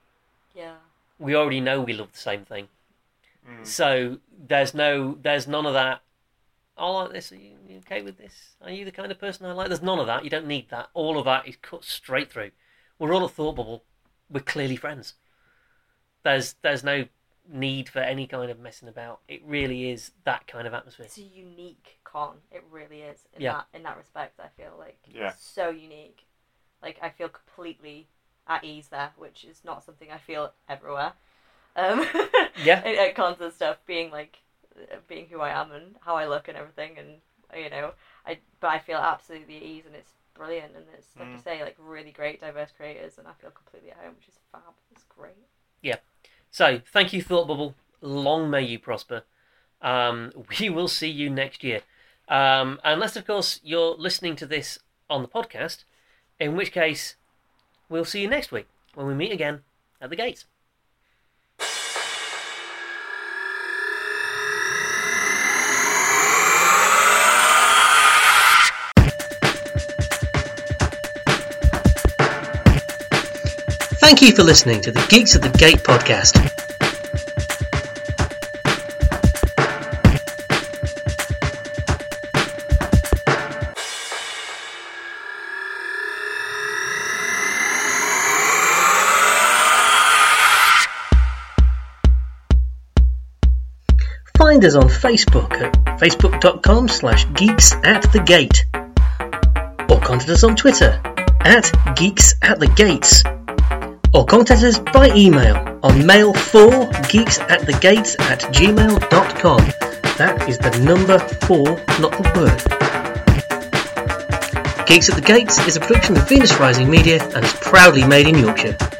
[SPEAKER 3] yeah.
[SPEAKER 2] We already know we love the same thing.
[SPEAKER 4] Mm.
[SPEAKER 2] So there's no, there's none of that. I like this. Are you, you okay with this? Are you the kind of person I like? There's none of that. You don't need that. All of that is cut straight through. We're all at Thought Bubble. We're clearly friends. There's, there's no need for any kind of messing about. It really is that kind of atmosphere.
[SPEAKER 3] It's a unique con. It really is. In
[SPEAKER 2] Yeah.
[SPEAKER 3] that in that respect, I feel like
[SPEAKER 4] Yeah.
[SPEAKER 3] it's so unique. Like I feel completely at ease there, which is not something I feel everywhere. Um,
[SPEAKER 2] Yeah.
[SPEAKER 3] at, at cons and stuff, being like, uh, being who I am and how I look and everything, and you know, I but I feel absolutely at ease, and it's brilliant, and it's like I
[SPEAKER 4] Mm.
[SPEAKER 3] say, like really great, diverse creators, and I feel completely at home, which is fab. It's great.
[SPEAKER 2] So thank you, Thought Bubble. Long may you prosper. Um, we will see you next year. Um, unless, of course, you're listening to this on the podcast, in which case, we'll see you next week when we meet again at the gates.
[SPEAKER 1] Thank you for listening to the Geeks at the Gate podcast.
[SPEAKER 2] find us on Facebook at facebook.com slash geeks at the gate. Or contact us on Twitter at geeks at the gates. Or contact us by email on mail4 geeks at the gates at gmail.com. That is the number four, not the word. Geeks at the Gates is a production of Venus Rising Media and is proudly made in Yorkshire.